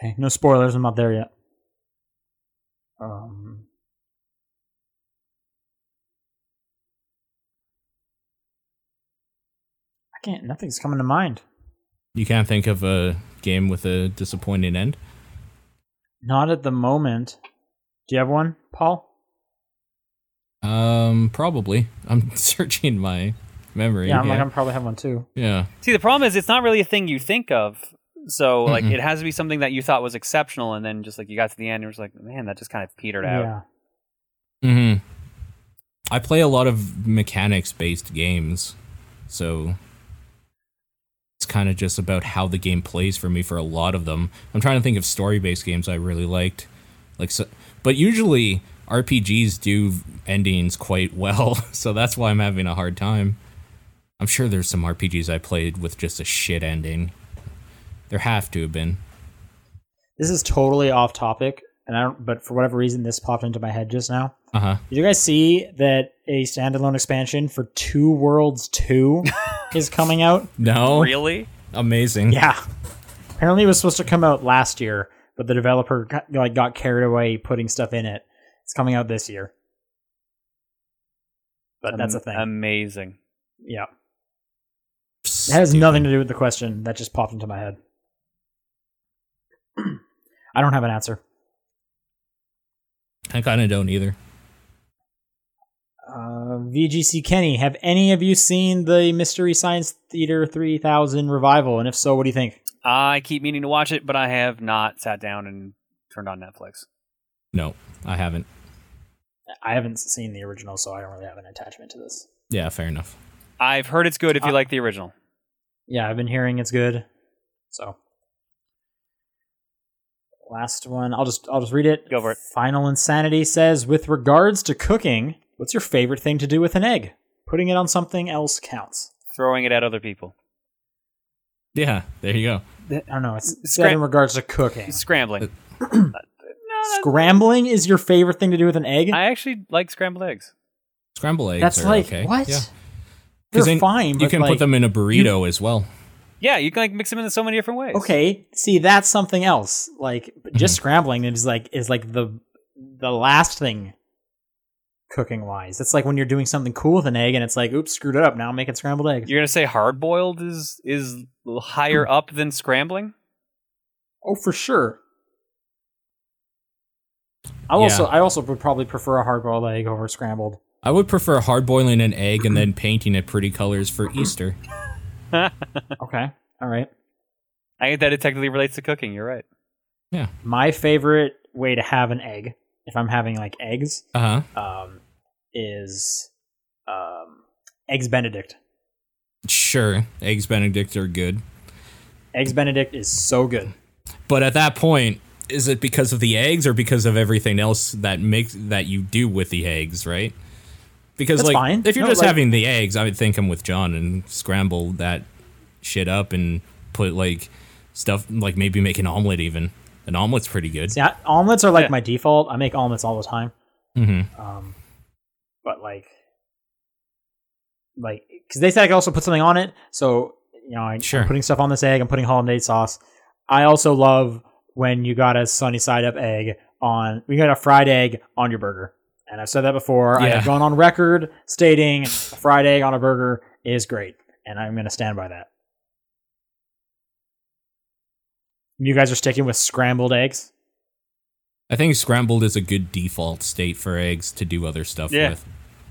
Okay, no spoilers. I'm not there yet. Um, I can't. Nothing's coming to mind. You can't think of a game with a disappointing end. Not at the moment. Do you have one, Paul? Um, probably. I'm searching my memory. Yeah, I'm like, I'm probably have one too. yeah. See, the problem is it's not really a thing you think of. So like Mm-hmm. it has to be something that you thought was exceptional, and then just like you got to the end, and it was like, man, that just kind of petered out. Yeah. hmm I play a lot of mechanics based games, so it's kind of just about how the game plays for me for a lot of them. I'm trying to think of story based games I really liked, like so, but usually RPGs do endings quite well, so that's why I'm having a hard time. I'm sure there's some RPGs I played with just a shit ending. There have to have been. This is totally off topic, and I don't, but for whatever reason, this popped into my head just now. Uh huh. Did you guys see that a standalone expansion for Two Worlds Two is coming out? No. Really? Amazing. Yeah. Apparently, it was supposed to come out last year, but the developer got- like got carried away putting stuff in it. It's coming out this year. But that's a Am- thing. Amazing. yeah, it has nothing to do with the question that just popped into my head. I don't have an answer. I kind of don't either. Uh, VGC Kenny, have any of you seen the Mystery Science Theater 3000 revival? And if so, what do you think? I keep meaning to watch it, but I have not sat down and turned on Netflix. No, I haven't. I haven't seen the original, so I don't really have an attachment to this. Yeah, fair enough. I've heard it's good if you Uh, like the original. Yeah, I've been hearing it's good. So, last one, I'll just I'll just read it. Go for it. Final Insanity says, with regards to cooking, what's your favorite thing to do with an egg? Putting it on something else counts. Throwing it at other people. Yeah, there you go. Th- I don't know. It's Scram- said in regards to cooking. Scrambling. Scrambling is your favorite thing to do with an egg. I actually like scrambled eggs. Scramble eggs. That's are like okay. what? Yeah. 'Cause They're then fine. You but, can like, put them in a burrito as well. Yeah, you can like mix them in so many different ways. Okay, see that's something else. Like but just scrambling is like is like the the last thing cooking wise. It's like when you're doing something cool with an egg and it's like, oops, screwed it up. Now I'm making scrambled eggs. You're gonna say hard boiled is is higher up than scrambling? oh, for sure. I Yeah. also I also would probably prefer a hard boiled egg over scrambled. I would prefer hard boiling an egg and then painting it pretty colors for Easter. Okay, all right. I think that it technically relates to cooking. You're right. My favorite way to have an egg, if I'm having like eggs, Uh huh. um, is um, eggs Benedict. Sure, eggs Benedict are good, Eggs Benedict is so good. but at that point, is it because of the eggs or because of everything else that makes that you do with the eggs, right? Because That's like, fine. if you're No, just like- having the eggs, I would think I'm with John and scramble that shit up and put like stuff like maybe make an omelet even. An omelet's pretty good. See, I, omelets are like Yeah. my default. I make omelets all the time. Mm-hmm. Um, but like, like, because they said I could also put something on it. So you know, I, Sure. am putting stuff on this egg. I'm putting hollandaise sauce. I also love when you got a sunny side up egg on. We got a fried egg on your burger, and I've said that before. I Yeah. have gone on record stating a fried egg on a burger is great, and I'm going to stand by that. You guys are sticking with scrambled eggs. I think scrambled is a good default state for eggs to do other stuff Yeah. with.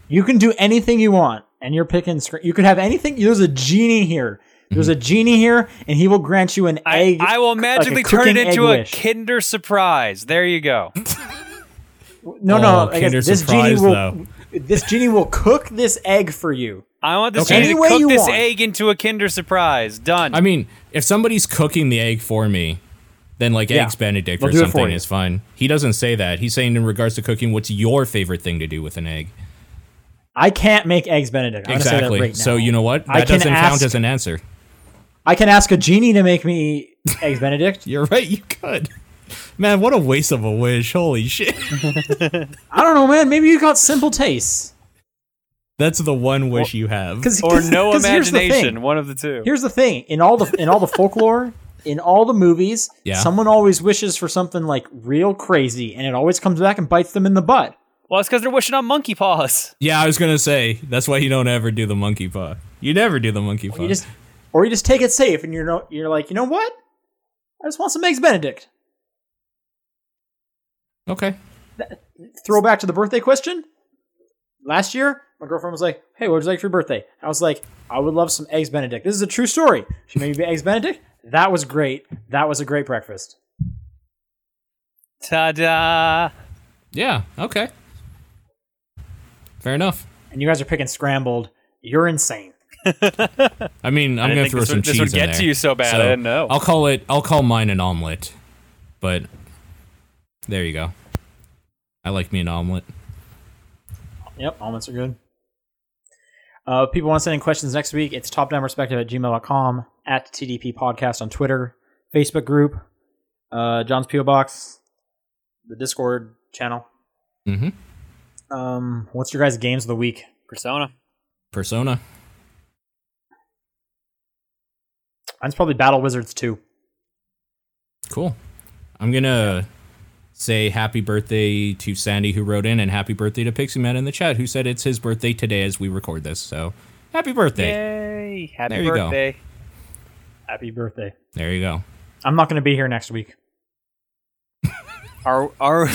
You can do anything you want, and you're picking. Scr- you could have anything. There's a genie here. There's Mhm. a genie here, and he will grant you an I, egg. I will like a magically turn it cooking into egg a wish. Kinder Surprise. There you go. No, Oh, no. I guess Kinder this Surprise, genie will. though. This genie will cook this egg for you. I want this Okay. genie Any to way you cook this want. egg into a Kinder Surprise. Done. I mean, if somebody's cooking the egg for me, then like Yeah. eggs Benedict They'll or do it for something you. is fine. He doesn't say that. He's saying in regards to cooking, what's your favorite thing to do with an egg? I can't make eggs Benedict. I'm gonna Say exactly. that right now. So you know what? I That can doesn't count ask- as an answer. I can ask a genie to make me eggs Benedict. You're right. You could. Man, what a waste of a wish! Holy shit. I don't know, man. Maybe you got simple tastes. That's the one wish you have. Cause, or 'cause- no 'cause here's the thing. imagination. One of the two. here's the thing in all the in all the folklore in all the movies Yeah. someone always wishes for something like real crazy and it always comes back and bites them in the butt well, it's because they're wishing on monkey paws. Yeah, I was gonna say that's why you don't ever do the monkey paw. You never do the monkey paw. you just or you just take it safe and you're no, you're like you know what i just want some eggs benedict okay. throw back to the birthday question Last year, my girlfriend was like, "Hey, what would you like for your birthday?" I was like, "I would love some eggs Benedict." This is a true story. She made me eggs Benedict. That was great. That was a great breakfast. Ta da! Yeah. Okay. Fair enough. And you guys are picking scrambled. You're insane. I mean, I'm gonna didn't think throw this some would- this cheese would in get to there. you so bad, I didn't know. I'll call it. I'll call mine an omelet, but there you go. I like me an omelet. Yep, almonds are good. Uh, if people want to send in questions next week. It's topdownperspective at gmail.com, at TDP podcast on Twitter, Facebook group, uh, John's P.O. Box, the Discord channel. Mm-hmm. Um, what's your guys' games of the week? Persona. Persona. Mine's probably Battle Wizards 2. Cool. I'm gonna say happy birthday to Sandy who wrote in, and happy birthday to Pixie Man in the chat who said it's his birthday today as we record this. So happy birthday! Yay! Happy There you go. birthday. Happy birthday. There you go. I'm not going to be here next week. Are are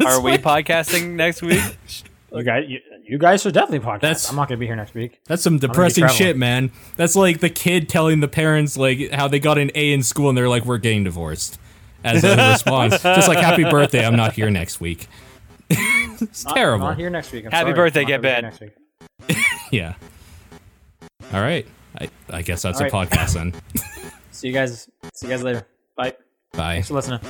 are we podcasting next week? You guys, you, you guys should definitely podcast. That's- I'm not going to be here next week. That's some gonna be depressing traveling. shit, man. That's like the kid telling the parents like how they got an A in school and they're like, "We're getting divorced." As a response, just like "Happy birthday, I'm not here next week." it's Not- terrible. Not here next week. I'm Happy sorry. birthday, Not get gonna be here bed. next week. Yeah. All right. I, I guess that's All a podcast then. See you guys. See you guys later. Bye. Bye. Thanks for listening.